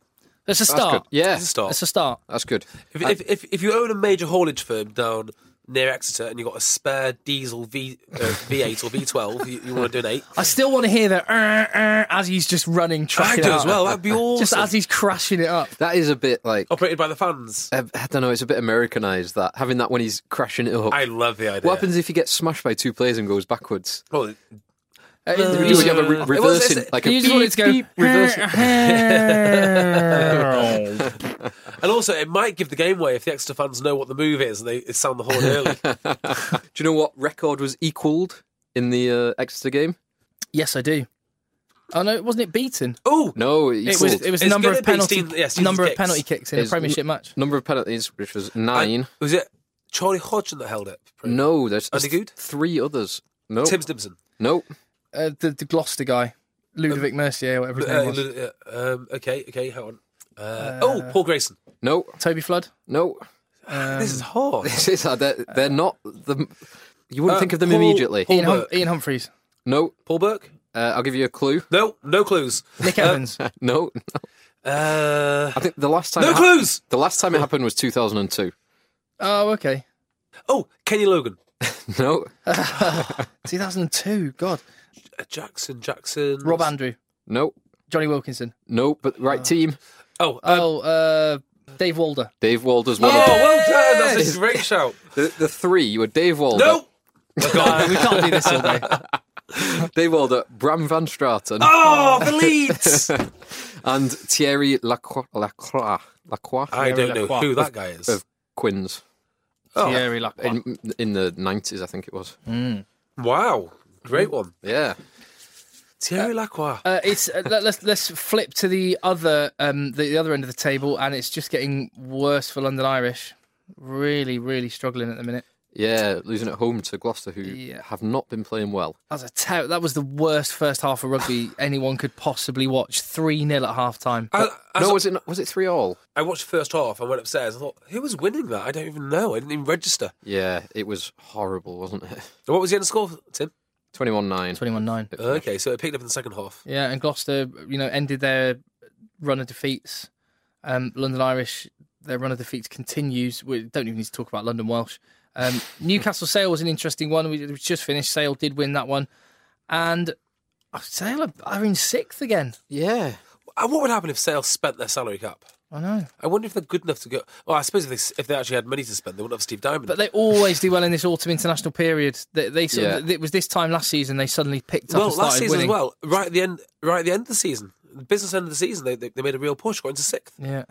Speaker 3: That's a
Speaker 4: That's good.
Speaker 3: start.
Speaker 4: Yeah,
Speaker 5: it's a start.
Speaker 3: That's a start.
Speaker 4: that's good.
Speaker 5: If, if, if, if you own a major haulage firm down near Exeter and you've got a spare diesel V uh, V8 or V12, <laughs> you, you want to donate.
Speaker 3: I still want to hear that <laughs> as he's just running,
Speaker 5: I
Speaker 3: tracking
Speaker 5: do
Speaker 3: it
Speaker 5: as
Speaker 3: up.
Speaker 5: well. That'd be
Speaker 3: <laughs>
Speaker 5: awesome.
Speaker 3: Just as he's crashing it up.
Speaker 4: That is a bit like
Speaker 5: Operated by the fans.
Speaker 4: I I don't know. It's a bit Americanized that having that when he's crashing it up.
Speaker 5: I love the idea.
Speaker 4: what happens if he gets smashed by two players and goes backwards?
Speaker 5: Oh,
Speaker 4: Do we have a re-
Speaker 5: Well,
Speaker 4: reversing,
Speaker 5: it's-
Speaker 4: like a
Speaker 3: You just want it to go.
Speaker 4: beep, reversing?
Speaker 3: <laughs>
Speaker 5: <laughs> and also, it might give the game away if the Exeter fans know what the move is and they sound the horn <laughs> early.
Speaker 4: Do you know what record was equalled in the uh, Exeter game?
Speaker 3: Yes, I do. Oh no, wasn't it beaten?
Speaker 5: oh,
Speaker 4: No,
Speaker 3: It
Speaker 4: equalled.
Speaker 3: was. It was
Speaker 5: It's
Speaker 3: number
Speaker 5: gonna
Speaker 3: of
Speaker 5: be
Speaker 3: penalty.
Speaker 5: Steve- yeah, Steve's
Speaker 3: number of
Speaker 5: kicks.
Speaker 3: penalty kicks in a
Speaker 4: Is-
Speaker 3: Premiership match.
Speaker 4: number of penalties, which was nine.
Speaker 5: was it Charlie Hodgson that held it?
Speaker 4: no, there's,
Speaker 5: Are they
Speaker 4: there's
Speaker 5: good?
Speaker 4: three others. No,
Speaker 5: Tim Stimson.
Speaker 4: no.
Speaker 3: Uh, the, the Gloucester guy, Ludovic Mercier, whatever his name
Speaker 5: Uh,
Speaker 3: was.
Speaker 5: uh, um, okay, okay, hang on. Uh, oh, Paul Grayson.
Speaker 4: No,
Speaker 3: Toby Flood.
Speaker 4: <laughs> no.
Speaker 5: this is hard.
Speaker 4: This is they're, they're not the. You wouldn't
Speaker 5: Uh,
Speaker 4: think of them
Speaker 5: Paul-
Speaker 4: immediately.
Speaker 5: Paul
Speaker 3: Ian, hum-
Speaker 5: Burke.
Speaker 3: Ian Humphreys.
Speaker 4: No,
Speaker 5: Paul Burke?
Speaker 4: uh, I'll give you a clue. <laughs>
Speaker 5: No, no clues.
Speaker 3: Nick Evans.
Speaker 4: No,
Speaker 5: Uh,
Speaker 4: <laughs> I think the last time.
Speaker 5: no
Speaker 4: it hap-
Speaker 5: clues.
Speaker 4: The last time it happened was 2002.
Speaker 3: Oh, okay.
Speaker 5: Oh, Kenny Logan,
Speaker 4: No,
Speaker 3: 2002. God.
Speaker 5: Uh, Jackson, Jackson,
Speaker 3: Rob Andrew.
Speaker 4: no,
Speaker 3: Johnny Wilkinson.
Speaker 4: no. But right team,
Speaker 5: Oh, uh,
Speaker 3: Oh, uh, Dave Walder.
Speaker 4: Dave Walder's
Speaker 5: oh,
Speaker 4: one of them.
Speaker 5: well done. That's a great shout.
Speaker 4: The, the three were Dave Walder,
Speaker 5: No. Oh,
Speaker 3: God, we can't do this all <laughs> day.
Speaker 4: Dave Walder, Bram Van Straten,
Speaker 5: <laughs> Oh, the Leeds.
Speaker 4: and Thierry Lacroix, Lacroix, Lacroix
Speaker 5: I don't know
Speaker 3: Lacroix.
Speaker 5: who that guy is.
Speaker 4: of Quinns
Speaker 5: Oh,
Speaker 3: Thierry Lacroix.
Speaker 4: in, in the 90s, I think it was.
Speaker 5: Wow, great one.
Speaker 4: Yeah.
Speaker 5: Thierry Lacroix.
Speaker 3: Uh, it's uh, let, us let's flip to the other um, the, the other end of the table, and it's just getting worse for London Irish. Really, really struggling at the minute.
Speaker 4: Yeah, losing at home to Gloucester, who
Speaker 3: Yeah.
Speaker 4: have not been playing well.
Speaker 3: That was a ter- that was the worst first half of
Speaker 5: <sighs>
Speaker 3: rugby anyone could possibly watch. Three 0 at half
Speaker 5: <laughs>
Speaker 3: time.
Speaker 5: I, I,
Speaker 4: no, was it not, was it three all?
Speaker 5: I watched the first half. I went upstairs. I thought, who was winning that? I don't even know. I didn't even register.
Speaker 4: Yeah, it was horrible, wasn't it? <laughs>
Speaker 5: What was the end score, Tim?
Speaker 4: 21 9.
Speaker 3: Twenty one nine.
Speaker 5: Okay, so it picked up in the second half.
Speaker 3: Yeah, and Gloucester, you know, ended their run of defeats. Um, London Irish, their run of defeats continues. We don't even need to talk about London Welsh.
Speaker 5: <laughs>
Speaker 3: Um, Newcastle Sale was an interesting one. We we just finished. Sale did win that one, and uh, Sale are- are in sixth again.
Speaker 4: Yeah.
Speaker 5: And what would happen if Sale spent their salary cap?
Speaker 3: I know,
Speaker 5: I wonder if they're good enough to go. Well, I suppose if they, if they actually had money to spend, they wouldn't have Steve Diamond.
Speaker 3: but they always do well in this autumn international period. They, they sort of-
Speaker 4: Yeah.
Speaker 3: it was this time last season they suddenly picked up.
Speaker 5: well,
Speaker 3: and started
Speaker 5: last season
Speaker 3: winning.
Speaker 5: as well, right at the end, right at the end of the season, the business end of the season, they, they, they made a real push, got into sixth.
Speaker 3: Yeah.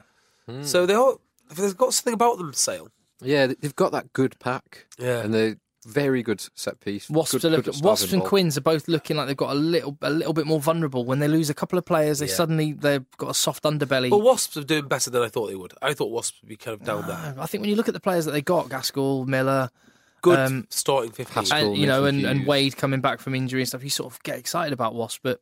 Speaker 5: So they all they've got something about them. Sale.
Speaker 4: Yeah, they- they've got that good pack.
Speaker 5: Yeah.
Speaker 4: And they're very good set piece.
Speaker 3: Wasps,
Speaker 4: good,
Speaker 3: are
Speaker 4: good
Speaker 3: look,
Speaker 4: at starting
Speaker 3: Wasps and
Speaker 4: ball.
Speaker 3: Quins are both looking like they've got a little a little bit more vulnerable. When they lose a couple of players, they suddenly they've got a soft underbelly.
Speaker 5: Well, Wasps are doing better than I thought they would. I thought Wasps would be kind of down there.
Speaker 3: I think when you look at the players that they got, Gaskell, Miller,
Speaker 5: Good
Speaker 3: Um,
Speaker 5: starting fifteen.
Speaker 4: Haskell.
Speaker 3: and, you know, and, and
Speaker 4: Hughes.
Speaker 3: Wade coming back from injury and stuff, you sort of get excited about Wasps, but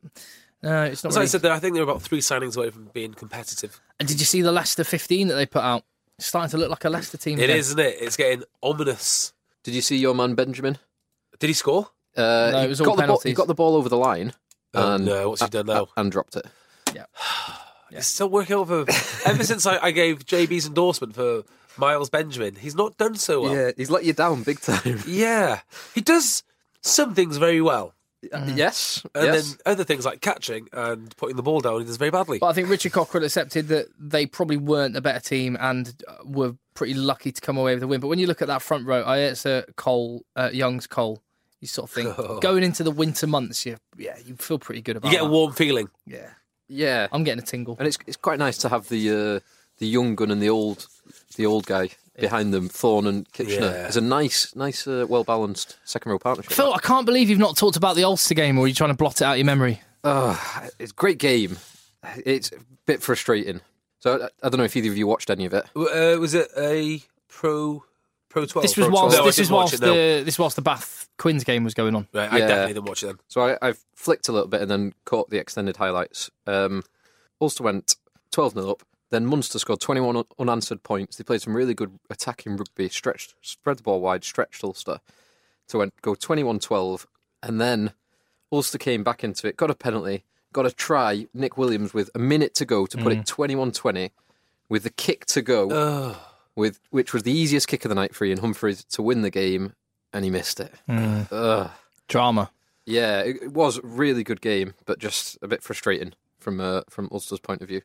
Speaker 3: no, it's not.
Speaker 5: As
Speaker 3: Really...
Speaker 5: I said, there, I think they're about three signings away from being competitive.
Speaker 3: And Did you see the Leicester 15 that they put out? It's starting to look like a Leicester team.
Speaker 5: It
Speaker 3: again.
Speaker 5: is, isn't it? It's getting ominous.
Speaker 4: Did you see your man Benjamin?
Speaker 5: Did he score?
Speaker 4: Uh,
Speaker 3: No,
Speaker 4: he
Speaker 3: it was
Speaker 4: got
Speaker 3: all
Speaker 4: the ball, he
Speaker 3: penalties.
Speaker 4: got the ball over the line.
Speaker 5: Oh,
Speaker 4: and,
Speaker 5: no, what's he done now?
Speaker 4: And dropped it.
Speaker 5: It's still working out for. ever since I, I gave JB's endorsement for Miles Benjamin, he's not done so well.
Speaker 4: Yeah, he's let you down big time.
Speaker 5: <laughs> Yeah, he does some things very well,
Speaker 4: <laughs> Yes.
Speaker 5: And
Speaker 4: yes.
Speaker 5: then other things like catching and putting the ball down, he does very badly.
Speaker 3: But I think Richard Cockrell accepted that they probably weren't a better team and uh, were pretty lucky to come away with a win. But when you look at that front row, Ayetza, Cole, uh, Young's Cole, you sort of think
Speaker 5: <laughs>
Speaker 3: going into the winter months, you yeah, you feel pretty good about.
Speaker 5: you get a
Speaker 3: that.
Speaker 5: warm feeling.
Speaker 3: Yeah,
Speaker 4: yeah.
Speaker 3: I'm getting a tingle.
Speaker 4: and it's it's quite nice to have the uh, the young gun and the old the old guy behind them, Thorn and Kitchener.
Speaker 5: Yeah.
Speaker 4: It's a nice, nice, uh, well balanced second row partnership.
Speaker 3: Phil, I can't believe you've not talked about the Ulster game, or you're trying to blot it out of your memory.
Speaker 4: Ah, it's a great game. It's a bit frustrating. So I, I don't know if either of you watched any of it.
Speaker 5: W- Uh, was it a pro pro twelve?
Speaker 3: This was
Speaker 4: Pro
Speaker 3: whilst
Speaker 4: twelve.
Speaker 3: this
Speaker 5: Oh, No, I
Speaker 3: was
Speaker 5: didn't watch
Speaker 3: whilst
Speaker 5: it, no.
Speaker 3: the this whilst the Bath Quins game was going on.
Speaker 5: Right, I
Speaker 4: Yeah.
Speaker 5: definitely didn't watch it then.
Speaker 4: So I, I've flicked a little bit and then caught the extended highlights. Um, Ulster went 12 0 up. Then Munster scored 21 un- unanswered points. They played some really good attacking rugby, stretched, spread the ball wide, stretched Ulster to went, go 21 12. And then Ulster came back into it, got a penalty, got a try. Nick Williams with a minute to go to put it 21 20 with the kick to go, with which was the easiest kick of the night for Ian Humphries to win the game, and he missed it. Ugh.
Speaker 3: Drama.
Speaker 4: Yeah, it, it was a really good game, but just a bit frustrating from uh, from Ulster's point of view.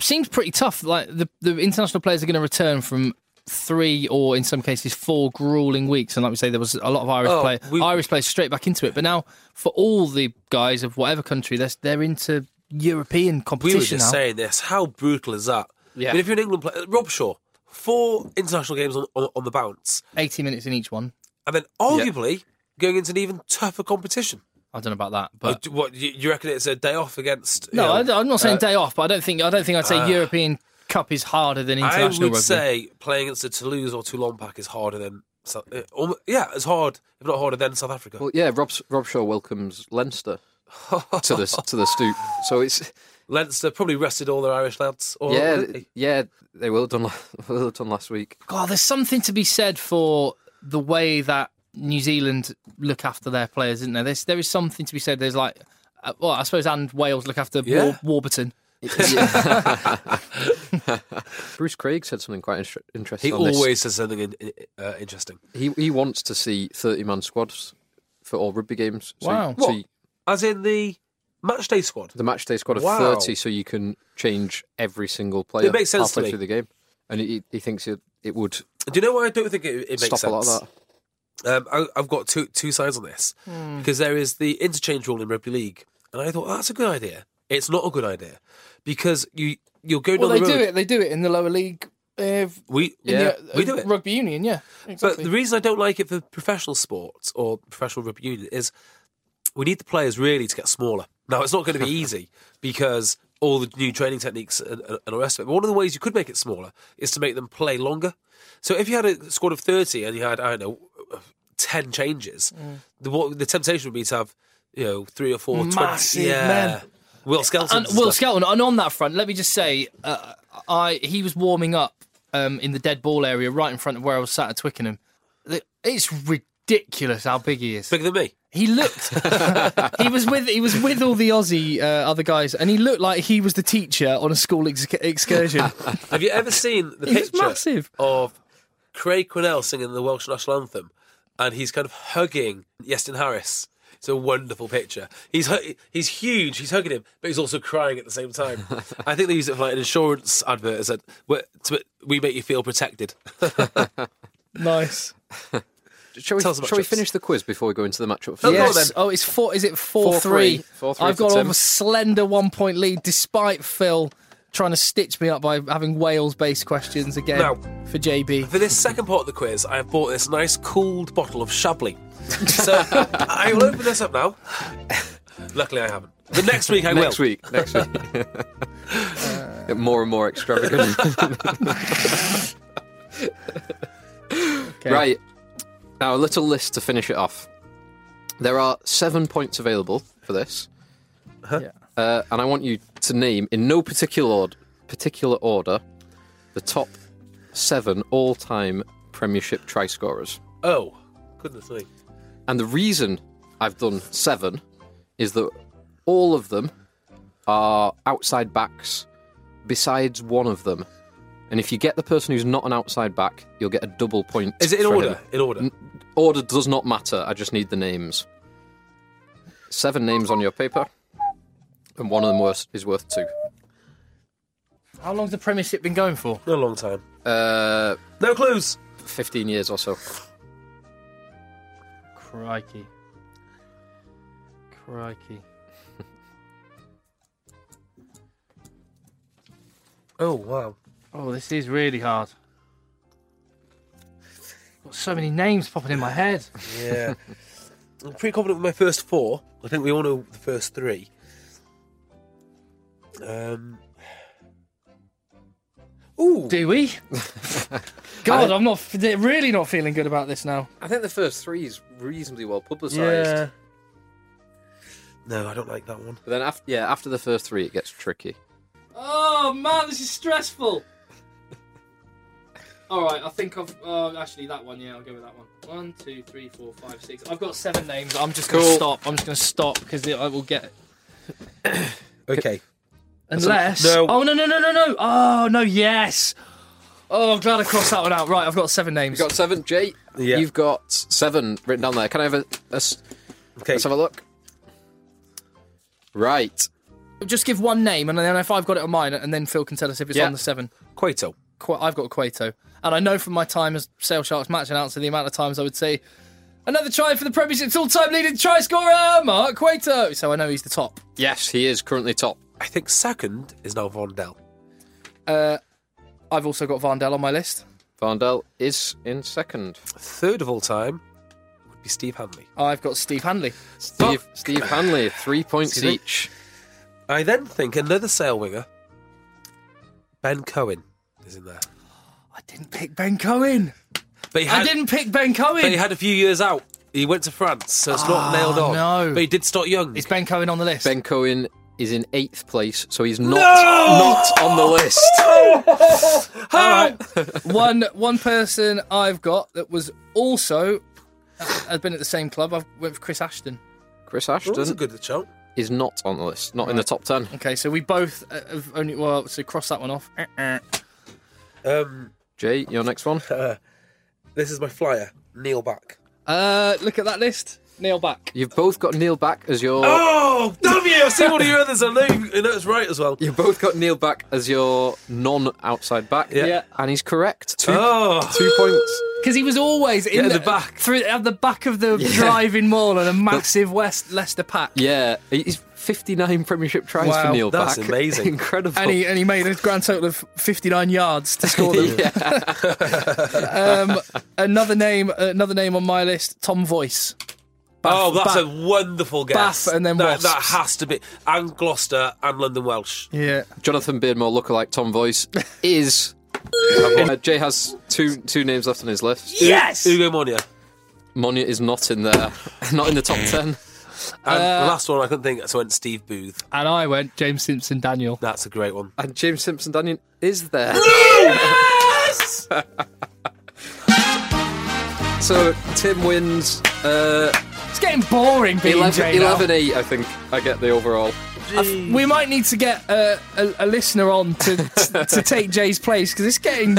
Speaker 3: seems pretty tough. Like the the international players are going to return from three or in some cases four grueling weeks, and like we say, there was a lot of Irish
Speaker 5: Oh,
Speaker 3: play
Speaker 5: we-
Speaker 3: Irish players straight back into it. But now for all the guys of whatever country, they're they're into European
Speaker 5: We were
Speaker 3: competition
Speaker 5: just
Speaker 3: now.
Speaker 5: saying this. How brutal is that?
Speaker 3: Yeah.
Speaker 5: I mean, if you're an England player, Robshaw, four international games on, on, on the bounce,
Speaker 3: Eighty minutes in each one.
Speaker 5: and then arguably going into an even tougher competition.
Speaker 3: I don't know about that, but.
Speaker 5: Uh, do- Uh, what you, you reckon it's a day off against? you
Speaker 3: no,
Speaker 5: know,
Speaker 3: I, am not saying day off, but I don't think I don't think I'd say European Cup is harder than
Speaker 5: uh, I
Speaker 3: international
Speaker 5: would
Speaker 3: rugby.
Speaker 5: say playing against a Toulouse or Toulon pack is harder than. Sou- uh, almo- Yeah, it's hard, if not harder than South Africa.
Speaker 4: Well, yeah, Rob Robshaw welcomes Leinster to the to the stoop, so it's
Speaker 5: <laughs> Leinster probably rested all their Irish lads. Or
Speaker 4: yeah, yeah, they will have done la- <laughs> will have done last week.
Speaker 3: God, there's something to be said for the way that New Zealand look after their players, isn't there? There's, there is something to be said. There's like, uh, well, I suppose, and Wales look after
Speaker 5: Yeah.
Speaker 3: War- Warburton.
Speaker 4: Bruce Craig said something quite inter- interesting.
Speaker 5: he
Speaker 4: on this.
Speaker 5: always says something in, in- uh, interesting.
Speaker 4: he he wants to see thirty man squads for all rugby games. So
Speaker 3: Wow.
Speaker 4: you- so
Speaker 5: What?
Speaker 4: you-
Speaker 5: As in the match day squad.
Speaker 4: the match day squad of
Speaker 5: Wow.
Speaker 4: thirty, so you can change every single player.
Speaker 5: makes sense to
Speaker 4: halfway
Speaker 5: me.
Speaker 4: through the game, and he he thinks it, it would
Speaker 5: Do you know why I don't think it, it makes
Speaker 4: stop
Speaker 5: sense?
Speaker 4: a lot of that.
Speaker 5: Um, I, I've got two two sides on this
Speaker 3: Hmm.
Speaker 5: because there is the interchange rule in rugby league, and I thought that's a good idea. It's not a good idea because you you'll go down the road.
Speaker 3: They do it in the lower league. Uh,
Speaker 5: We
Speaker 4: Yeah.
Speaker 5: we do it.
Speaker 3: Rugby union, yeah.
Speaker 5: But the reason I don't like it for professional sports or professional rugby union is we need the players really to get smaller. Now it's not going to
Speaker 3: <laughs>
Speaker 5: be easy because all the new training techniques and, and and all the rest of it. But one of the ways you could make it smaller is to make them play longer. So if you had a squad of thirty and you had I don't know ten changes,
Speaker 3: Mm.
Speaker 5: the what, the temptation would be to have you know three or four 20
Speaker 3: Massive
Speaker 5: yeah,
Speaker 3: men.
Speaker 5: Will Skelton,
Speaker 3: and Will Skelton, and on that front, let me just say, uh, I he was warming up um, in the dead ball area right in front of where I was sat at Twickenham. The- It's ridiculous how big he is.
Speaker 5: bigger than me.
Speaker 3: He looked. he was with. He was with all the Aussie uh, other guys, and he looked like he was the teacher on a school ex- excursion.
Speaker 5: Have you ever seen
Speaker 4: <laughs>
Speaker 5: the
Speaker 3: He was
Speaker 5: picture
Speaker 3: massive.
Speaker 5: of Craig Quinnell singing the Welsh national anthem, and he's kind of hugging Yestin Harris? It's a wonderful picture. He's hu- he's huge. He's hugging him, but he's also crying at the same
Speaker 4: <laughs>
Speaker 5: time. I think they used it for like an insurance advert. It said, "We're- to- "We make you feel protected."
Speaker 3: <laughs> nice.
Speaker 4: Shall we,
Speaker 5: Tell us about
Speaker 4: shall we
Speaker 5: chips.
Speaker 4: finish the quiz before we go into the matchup?
Speaker 5: Oh, go on
Speaker 3: Yes.
Speaker 5: then.
Speaker 3: Oh, it's four. Is it four,
Speaker 4: Four, three. Four, three
Speaker 3: I've
Speaker 4: for
Speaker 3: got
Speaker 4: Tim.
Speaker 3: a slender one point lead, despite Phil trying to stitch me up by having Wales based questions again
Speaker 5: Now-
Speaker 3: for JB.
Speaker 5: For this second part of the quiz, I have bought this nice cooled bottle of Chablis.
Speaker 4: <laughs>
Speaker 5: So I will open this up now. Luckily, I haven't. But next week I will.
Speaker 4: next week. <laughs> Next week. Get more and more extravagant. <laughs> Right. Now, a little list to finish it off. There are seven points available for this.
Speaker 3: Yeah.
Speaker 4: Uh, and I want you to name, in no particular, ord- particular order, the top seven all time Premiership try scorers.
Speaker 5: Oh, goodness me.
Speaker 4: And the reason I've done seven is that all of them are outside backs, besides one of them. And if you get the person who's not an outside back, you'll get a double point.
Speaker 5: Is it in
Speaker 4: for
Speaker 5: order?
Speaker 4: him.
Speaker 5: In order.
Speaker 4: Order does not matter. I just need the names. seven names on your paper, and one of them worth, is worth two.
Speaker 3: How long's the Premiership been going for?
Speaker 5: A long time.
Speaker 4: Uh,
Speaker 5: No clues.
Speaker 4: 15 years or so.
Speaker 3: Crikey. Crikey.
Speaker 5: Oh wow.
Speaker 3: Oh, this is really hard. Got so many names popping in my head.
Speaker 5: Yeah. <laughs> I'm pretty confident with my first four. I think we all know the first three. Um. Ooh.
Speaker 3: Do <laughs> we? God, I'm not f- really not feeling good about this now.
Speaker 4: I think the first three is reasonably well
Speaker 5: uh,
Speaker 4: publicised.
Speaker 3: Yeah.
Speaker 5: No, I don't like that one.
Speaker 4: But then, after, yeah, after the first three, it gets tricky.
Speaker 3: Oh man, this is stressful. <laughs> All right, I think I've uh, actually that one. Yeah, I'll go with that one. One, two, three, four, five, six. I've got seven names. I'm just gonna
Speaker 4: Cool.
Speaker 3: stop. I'm just gonna stop because I will get
Speaker 5: Okay.
Speaker 3: unless.
Speaker 5: No.
Speaker 3: Oh no no no no no. Oh no yes. Oh, I'm glad I crossed that one out. Right, I've got seven names.
Speaker 4: You've got seven, Jay.
Speaker 5: Yeah.
Speaker 4: You've got seven written down there. Can I have a, a s-
Speaker 5: Okay.
Speaker 4: let's have a look? Right.
Speaker 3: Just give one name, and then if I've got it on mine, and then Phil can tell us if it's
Speaker 4: Yeah.
Speaker 3: on the seven.
Speaker 5: Quato.
Speaker 3: Qu- I've got Cueto. And I know from my time as Sale Sharks match announcer the amount of times I would say, another try for the Premiership's all time leading try scorer, Mark Cueto. So I know he's the top.
Speaker 4: Yes, he is currently top.
Speaker 5: I think second is now Vondell.
Speaker 3: Uh, I've also got Vardell on my list.
Speaker 4: Vondell is in second.
Speaker 5: Third of all time would be Steve Hanley.
Speaker 3: I've got Steve Handley.
Speaker 4: Steve, Steve Hanley, three points
Speaker 5: Excuse me.
Speaker 4: each.
Speaker 5: <sighs> I then think another sail winger, Ben Cohen, is in there.
Speaker 3: I didn't pick Ben Cohen.
Speaker 5: But he
Speaker 3: I didn't pick Ben
Speaker 5: But he
Speaker 3: Cohen.
Speaker 5: had a few years out. He went to France, so it's not nailed on.
Speaker 3: Ah, no.
Speaker 5: But he did start young.
Speaker 3: Is Ben Cohen on the list?
Speaker 4: Ben Cohen is in eighth place, so he's not not on the list.
Speaker 3: All right. <laughs>
Speaker 5: <laughs>
Speaker 3: one one person I've got that was also has been at the same club. I went for Chris Ashton.
Speaker 4: Chris
Speaker 5: Oh, that's a
Speaker 4: Ashton
Speaker 5: good shout.
Speaker 4: is not on the list, not in the top ten.
Speaker 3: Okay, so we both uh, have only well, so cross that one off. Uh-uh.
Speaker 5: Um,
Speaker 4: Jay, your next
Speaker 5: <laughs>
Speaker 4: one.
Speaker 5: this is my flyer, Neil Back.
Speaker 3: Uh, look at that list. Neil back.
Speaker 4: You've both got Neil back as your.
Speaker 5: Oh, damn you! I've seen one of your others. I know, you, I know it's right as well.
Speaker 4: You've both got Neil back as your non-outside back.
Speaker 5: Yeah.
Speaker 3: Yeah.
Speaker 4: and he's correct. Two
Speaker 5: Oh,
Speaker 4: two points.
Speaker 3: Because he was always in
Speaker 5: Yeah, the back.
Speaker 3: through at the back of the driving mall
Speaker 5: <laughs>
Speaker 3: and a massive West Leicester pack.
Speaker 4: Yeah, he's 59 Premiership tries
Speaker 3: Wow,
Speaker 4: for Neil <laughs>
Speaker 5: that's
Speaker 4: back.
Speaker 5: amazing.
Speaker 4: Incredible.
Speaker 3: And he, and he made a grand total of 59 yards to score
Speaker 5: <laughs>
Speaker 3: them. <laughs> um, another name, another name on my list: Tom Voice. Bath-
Speaker 5: oh, that's
Speaker 3: Bath-
Speaker 5: a wonderful guess.
Speaker 3: Bath and then
Speaker 5: that, that
Speaker 3: Wasps.
Speaker 5: has to be and Gloucester and London Welsh.
Speaker 3: yeah.
Speaker 4: Jonathan Beardmore lookalike Tom
Speaker 3: <laughs>
Speaker 4: Voice is. Uh, Jay has two two names left on his list.
Speaker 3: Yes.
Speaker 5: Hugo Monia.
Speaker 4: Monia is not in there, <laughs> not in the top 10.
Speaker 5: And
Speaker 3: Uh,
Speaker 5: the last one I couldn't think, so I went Steve Booth.
Speaker 3: And I went James Simpson Daniel.
Speaker 5: That's a great one.
Speaker 4: And James Simpson Daniel is there. <laughs> so Tim wins uh,
Speaker 3: It's getting boring being
Speaker 4: 11,
Speaker 3: Jay now.
Speaker 4: 11 8, I think. I get the overall.
Speaker 3: We might need to get a, a, a listener on to to, to take Jay's place because it's getting.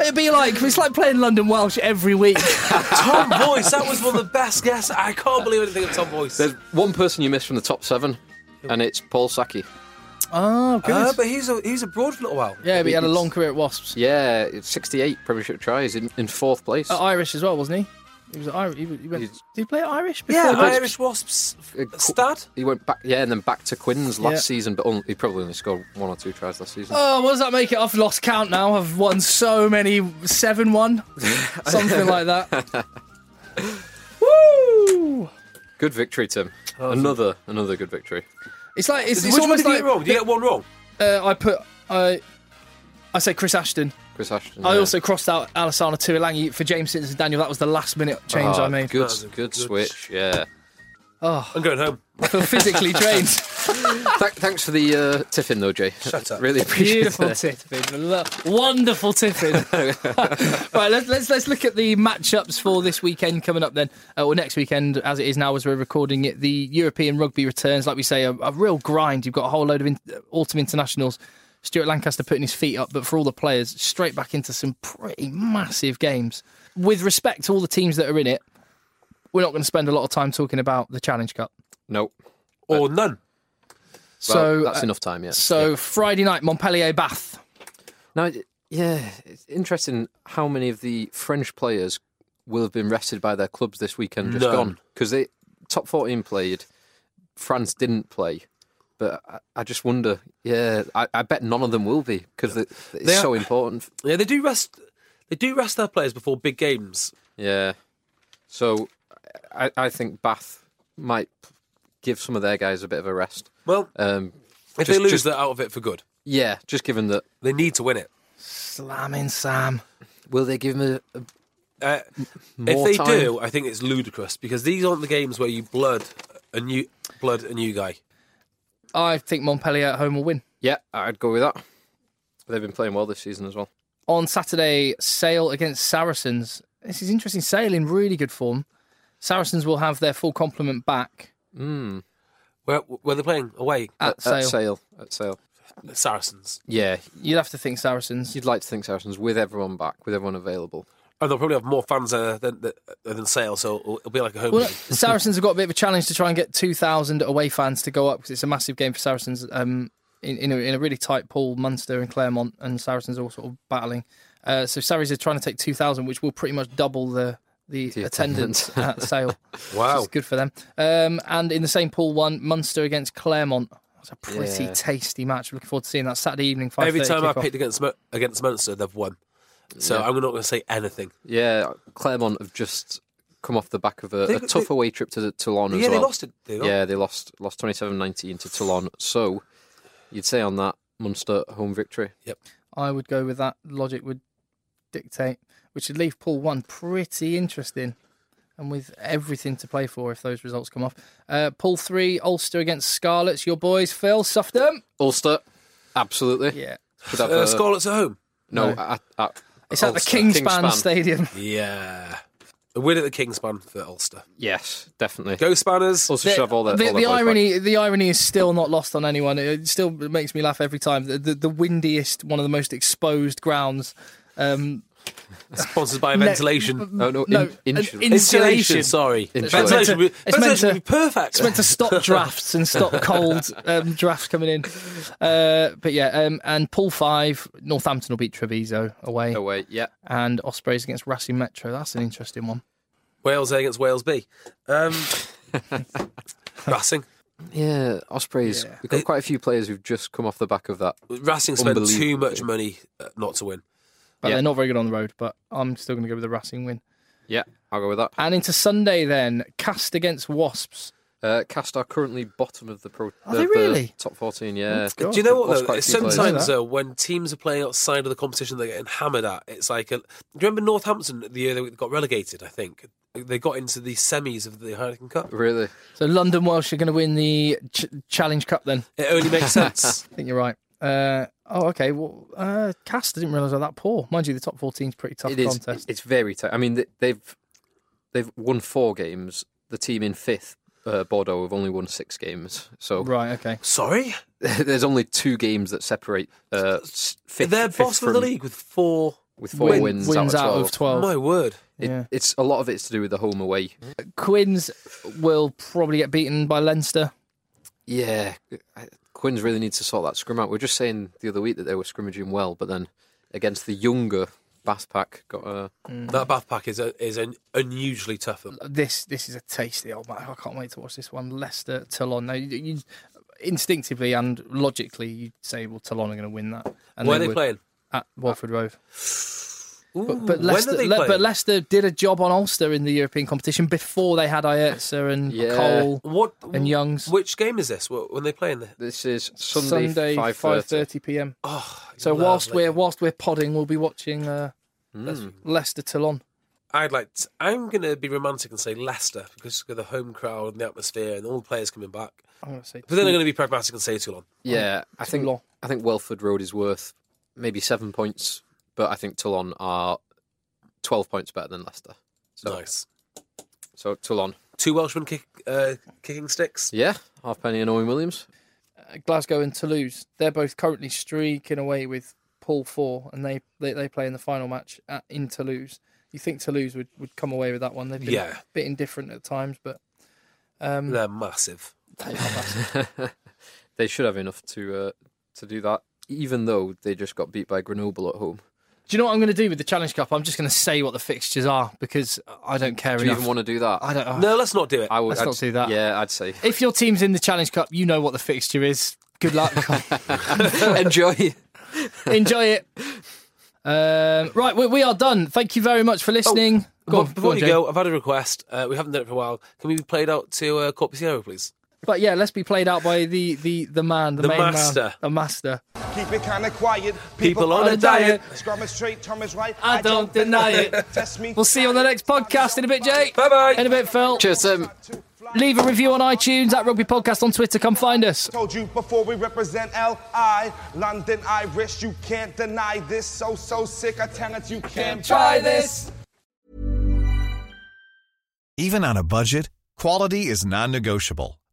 Speaker 3: It'd be like it's like playing London Welsh every week.
Speaker 5: Tom Boyce, that was one of the best guesses. I can't believe I didn't think of Tom Boyce.
Speaker 4: There's one person you missed from the top seven, and it's Paul Saki.
Speaker 3: oh, good.
Speaker 5: Uh, but he's a, he's abroad for a little while.
Speaker 3: yeah, but he had a long career at Wasps.
Speaker 4: Yeah, it's 68 Premiership tries in, in fourth place.
Speaker 3: At Irish as well, wasn't he? He was at Irish. He, was- he went,
Speaker 4: He's-
Speaker 3: did he play at Irish? Before
Speaker 5: Yeah,
Speaker 3: that?
Speaker 5: Irish Wasps
Speaker 4: Uh,
Speaker 5: f-
Speaker 4: qu-
Speaker 5: stud.
Speaker 4: He went back, yeah, and then back to Quinn's last
Speaker 3: Yeah.
Speaker 4: season, but only, he probably only scored one or two tries last season.
Speaker 3: Oh, what does that make it? I've lost count now. I've won so many,
Speaker 5: <laughs>
Speaker 3: seven-one, something like that. Woo!
Speaker 4: Good victory, Tim. Another, another good victory.
Speaker 3: It's like it's,
Speaker 5: Which
Speaker 3: it's
Speaker 5: one
Speaker 3: almost
Speaker 5: did you
Speaker 3: like
Speaker 5: get wrong? Did you get one wrong?
Speaker 3: uh, I put I, I say Chris Ashton.
Speaker 4: Chris Ashton.
Speaker 3: I
Speaker 4: yeah.
Speaker 3: also crossed out Alessandro Tuolangi for James Simpson Daniel. That was the last minute change
Speaker 4: Oh,
Speaker 3: I made.
Speaker 4: Good,
Speaker 5: was a
Speaker 4: good,
Speaker 5: good
Speaker 4: switch. Yeah.
Speaker 5: I'm going home.
Speaker 4: Uh,
Speaker 3: I feel
Speaker 4: <laughs>
Speaker 3: physically drained.
Speaker 4: Th- thanks for the uh, tiffin, though, Jay. <laughs>
Speaker 5: Shut up.
Speaker 4: Really appreciate
Speaker 3: Beautiful
Speaker 4: it.
Speaker 3: tiffin. Lo- Wonderful tiffin.
Speaker 4: <laughs>
Speaker 3: right, let's, let's let's look at the matchups for this weekend coming up then, uh, or next weekend as it is now as we're recording it. The European rugby returns, like we say, a, a real grind. You've got a whole load of in- uh, autumn internationals. Stuart Lancaster putting his feet up, but for all the players, straight back into some pretty massive games. With respect to all the teams that are in it, we're not going to spend a lot of time talking about the Challenge Cup.
Speaker 4: No.
Speaker 5: or none.
Speaker 3: so
Speaker 4: Well,
Speaker 3: uh,
Speaker 4: that's enough time, yeah.
Speaker 3: So Friday night, Montpellier Bath.
Speaker 4: Now, it- yeah, it's interesting how many of the French players will have been rested by their clubs this weekend just
Speaker 5: None.
Speaker 4: gone because they top fourteen played, France didn't play, but I, I just wonder. Yeah, I, I bet none of them will be because it's
Speaker 5: They are-
Speaker 4: so important.
Speaker 5: Yeah, they do rest. They do rest their players before big games.
Speaker 4: Yeah, so I, I think Bath might give some of their guys a bit of a rest.
Speaker 5: Well,
Speaker 4: Um,
Speaker 5: if
Speaker 4: just-
Speaker 5: they lose,
Speaker 4: just-
Speaker 5: they're out of it for good.
Speaker 4: yeah, just given that,
Speaker 5: They need to win it.
Speaker 3: Slamming Sam.
Speaker 4: will they give them a, a
Speaker 5: Uh, if
Speaker 4: more
Speaker 5: they
Speaker 4: time?
Speaker 5: do, I think it's ludicrous because these aren't the games where you blood a new blood a new guy.
Speaker 3: I think Montpellier at home will win.
Speaker 4: Yeah, I'd go with that. They've been playing well this season as well.
Speaker 3: on Saturday, Sale against Saracens. This is interesting. Sale in really good form. Saracens will have their full complement back
Speaker 5: Where where they're playing away,
Speaker 4: Uh,
Speaker 3: at Sale.
Speaker 4: At sale, at sale.
Speaker 5: Saracens,
Speaker 4: Yeah,
Speaker 3: You'd have to think Saracens.
Speaker 4: you'd like to think Saracens with everyone back, with everyone available.
Speaker 5: and they'll probably have more fans uh, than than, than Sale, so it'll, it'll be like a home.
Speaker 3: Well, <laughs>
Speaker 5: game.
Speaker 3: Saracens have got a bit of a challenge to try and get 2,000 away fans to go up because it's a massive game for Saracens um, in, in, a, in a really tight pool, Munster and Claremont, and Saracens are all sort of battling. Uh, so Sarries are trying to take 2,000, which will pretty much double the, the, attendance at <laughs> Sale.
Speaker 5: Wow.
Speaker 3: Which is good for them. Um, and in the same pool one, Munster against Claremont. That's a pretty
Speaker 4: Yeah.
Speaker 3: tasty match. Looking forward to seeing that Saturday evening. 5:30
Speaker 5: Every time I
Speaker 3: kickoff.
Speaker 5: picked against Mo- against Munster, they've won. So I'm not going to say anything.
Speaker 4: Yeah, Claremont have just come off the back of a,
Speaker 5: They-
Speaker 4: a tough
Speaker 5: they-
Speaker 4: away trip to Toulon as
Speaker 5: yeah,
Speaker 4: well.
Speaker 5: they lost it. They lost.
Speaker 4: Yeah, they lost lost 27-19 to Toulon. So you'd say on that Munster home victory.
Speaker 3: I would go with that. Logic would dictate, which would leave pool one pretty interesting and with everything to play for if those results come off. Uh, pool three, Ulster against Scarlets. Your boys, Phil, Softham.
Speaker 4: Ulster, absolutely.
Speaker 3: Yeah.
Speaker 4: Should have
Speaker 5: Uh,
Speaker 4: a-
Speaker 5: Scarlets at home.
Speaker 4: no, at, at
Speaker 3: It's at the
Speaker 4: Ulster.
Speaker 3: Kingspan, Stadium.
Speaker 5: Yeah. A win at the Kingspan for Ulster.
Speaker 4: Yes, definitely.
Speaker 5: Go Spanners.
Speaker 4: Ulster should have all their,
Speaker 3: the,
Speaker 4: all
Speaker 3: the
Speaker 4: their boys back.
Speaker 3: irony, the irony is still not lost on anyone. It still makes me laugh every time. The, the, the windiest, one of the most exposed grounds. Um,
Speaker 5: Sponsored by <laughs> ventilation.
Speaker 4: Oh, No, no,
Speaker 3: no,
Speaker 4: in,
Speaker 3: an
Speaker 4: insulation.
Speaker 3: in- insulation.
Speaker 5: Sorry.
Speaker 4: Insulation.
Speaker 5: Ventilation, would-
Speaker 3: It's meant
Speaker 5: ventilation
Speaker 3: to-
Speaker 5: would be perfect.
Speaker 3: It's meant to
Speaker 4: <laughs>
Speaker 3: stop drafts and stop cold um, drafts coming in. Uh, but yeah, um, and pool five, Northampton will beat Treviso away,
Speaker 4: Oh, wait, yeah.
Speaker 3: and Ospreys against Racing Metro. That's an interesting one.
Speaker 5: Wales A against Wales B. Um,
Speaker 4: <laughs>
Speaker 5: Racing.
Speaker 4: Yeah, Ospreys. We've got quite a few players who've just come off the back of that.
Speaker 5: Racing spent too
Speaker 4: Unbelievable.
Speaker 5: much money uh, not to win.
Speaker 3: But
Speaker 4: Yeah.
Speaker 3: they're not very good on the road. But I'm still going to go with the Racing win.
Speaker 4: Yeah, I'll go with that.
Speaker 3: And into Sunday then, Cast against Wasps.
Speaker 4: Uh, Cast are currently bottom of the pro.
Speaker 3: Are
Speaker 4: the,
Speaker 3: they
Speaker 4: the
Speaker 3: really? Oh,
Speaker 4: top fourteen? Yeah.
Speaker 5: Do you know
Speaker 4: Oh, Lost
Speaker 5: what though?
Speaker 4: quite a few players.
Speaker 5: Sometimes
Speaker 3: Yeah.
Speaker 5: though, when teams are playing outside of the competition, they're getting hammered at. It's like, a, do you remember Northampton the year they got relegated? I think they got into the semis of the Heineken Cup.
Speaker 4: Really?
Speaker 3: So London Welsh are going to win the ch- Challenge Cup. Then
Speaker 5: It
Speaker 4: <laughs>
Speaker 5: only makes sense.
Speaker 3: I think you're right. Uh, oh, okay. Well, uh, Cast I didn't realise they're that poor. Mind you, the top 14's pretty tough
Speaker 4: It is.
Speaker 3: contest.
Speaker 4: It's very tight. I mean, th- they've they've won four games. The team in fifth, uh, Bordeaux, have only won six games. So
Speaker 3: Right. Okay.
Speaker 5: Sorry,
Speaker 4: <laughs> there's only two games that separate uh, s- fifth.
Speaker 5: they're
Speaker 4: fifth
Speaker 5: bottom of the
Speaker 4: from-
Speaker 5: league with four.
Speaker 4: with four
Speaker 3: Win-
Speaker 4: wins,
Speaker 3: wins
Speaker 4: out, of twelve.
Speaker 3: twelve.
Speaker 5: My word.
Speaker 4: It-
Speaker 3: Yeah.
Speaker 4: it's a lot of it's to do with the home away.
Speaker 3: Quinns will probably get beaten by Leinster.
Speaker 4: Yeah, I- Quinns really needs to sort that scrum out. We were just saying the other week that they were scrimmaging well, but then against the younger Bath pack, got uh, a
Speaker 3: mm.
Speaker 5: That Bath pack is a, is an unusually tough. One.
Speaker 3: This this is a tasty old match. I can't wait to watch this one. Leicester Toulon. Now, you, you, instinctively and logically, you'd say, well, Toulon are going to win that. And
Speaker 5: Where are they
Speaker 3: would
Speaker 5: playing?
Speaker 3: At Walford Road.
Speaker 5: Ooh,
Speaker 3: But Leicester,
Speaker 5: when are they
Speaker 3: Le-
Speaker 5: playing?
Speaker 3: but Leicester did a job on Ulster in the European competition before they had Ietza and
Speaker 4: Yeah.
Speaker 3: Cole.
Speaker 5: what
Speaker 3: and Youngs.
Speaker 5: Which game is this? Wh- When they playing? The,
Speaker 4: This is Sunday, five thirty.
Speaker 3: 5.30 p.m.
Speaker 5: oh,
Speaker 3: So whilst
Speaker 5: lovely. Hmm.
Speaker 3: we're, whilst we're podding, we'll be watching uh, Leicester Toulon.
Speaker 5: I'd like. To, I'm going to be romantic and say Leicester because of the home crowd and the atmosphere and all the players coming back.
Speaker 3: I'm going to say
Speaker 5: But then I'm going to be pragmatic and say Toulon.
Speaker 4: Yeah, I think
Speaker 3: Toulon.
Speaker 4: I think Welford Road is worth maybe seven points, but I think Toulon are twelve points better than Leicester. So,
Speaker 5: Nice.
Speaker 4: so Toulon,
Speaker 5: Two Welshmen kick, uh, kicking sticks.
Speaker 4: yeah, halfpenny and Owen Williams. <laughs>
Speaker 3: uh, Glasgow and Toulouse. They're both currently streaking away with Pool Four, and they they, they play in the final match at, in Toulouse. You think Toulouse would, would come away with that one? They've been
Speaker 5: Yeah.
Speaker 3: a bit indifferent at times, but um,
Speaker 5: They're massive.
Speaker 3: they are massive.
Speaker 4: They should have enough to uh, to do that, even though they just got beat by Grenoble at home.
Speaker 3: do you know what I'm going to do with the Challenge Cup? I'm just going to say what the fixtures are because I don't care
Speaker 4: Do you
Speaker 3: enough.
Speaker 4: even want to do that?
Speaker 3: I don't. know.
Speaker 5: No, let's not do it.
Speaker 4: I would.
Speaker 3: Let's
Speaker 4: I'd-
Speaker 3: not do that.
Speaker 4: Yeah,
Speaker 3: <laughs>
Speaker 4: I'd say
Speaker 3: If your team's in the Challenge Cup, you know what the fixture is. Good luck.
Speaker 4: enjoy.
Speaker 3: Enjoy it. Um, right, we, we are done. Thank you very much for listening. Go
Speaker 5: But
Speaker 3: on,
Speaker 5: before
Speaker 3: on,
Speaker 5: you
Speaker 3: Jay.
Speaker 5: go, I've had a request. Uh, we haven't done it for a while. Can we be played out to uh, Corpusiero, please?
Speaker 3: But yeah, let's be played out by the the the man, the,
Speaker 5: The
Speaker 3: main man,
Speaker 5: master.
Speaker 3: the master.
Speaker 6: Keep it kind of quiet.
Speaker 5: People on
Speaker 3: a
Speaker 5: a diet.
Speaker 6: Scrum is straight, Tom is right.
Speaker 3: I don't deny it.
Speaker 6: Test me.
Speaker 3: We'll see you on the next podcast in a bit, Jake.
Speaker 5: Bye
Speaker 3: In a
Speaker 5: bye.
Speaker 3: bit, Phil.
Speaker 4: Cheers, um,
Speaker 3: Leave a review on iTunes at Rugby Podcast on Twitter. Come find us.
Speaker 6: Told you before we represent LI, London Irish. You can't deny this. So, so sick. I tell it, you can't try this.
Speaker 7: Even on a budget, quality is non-negotiable.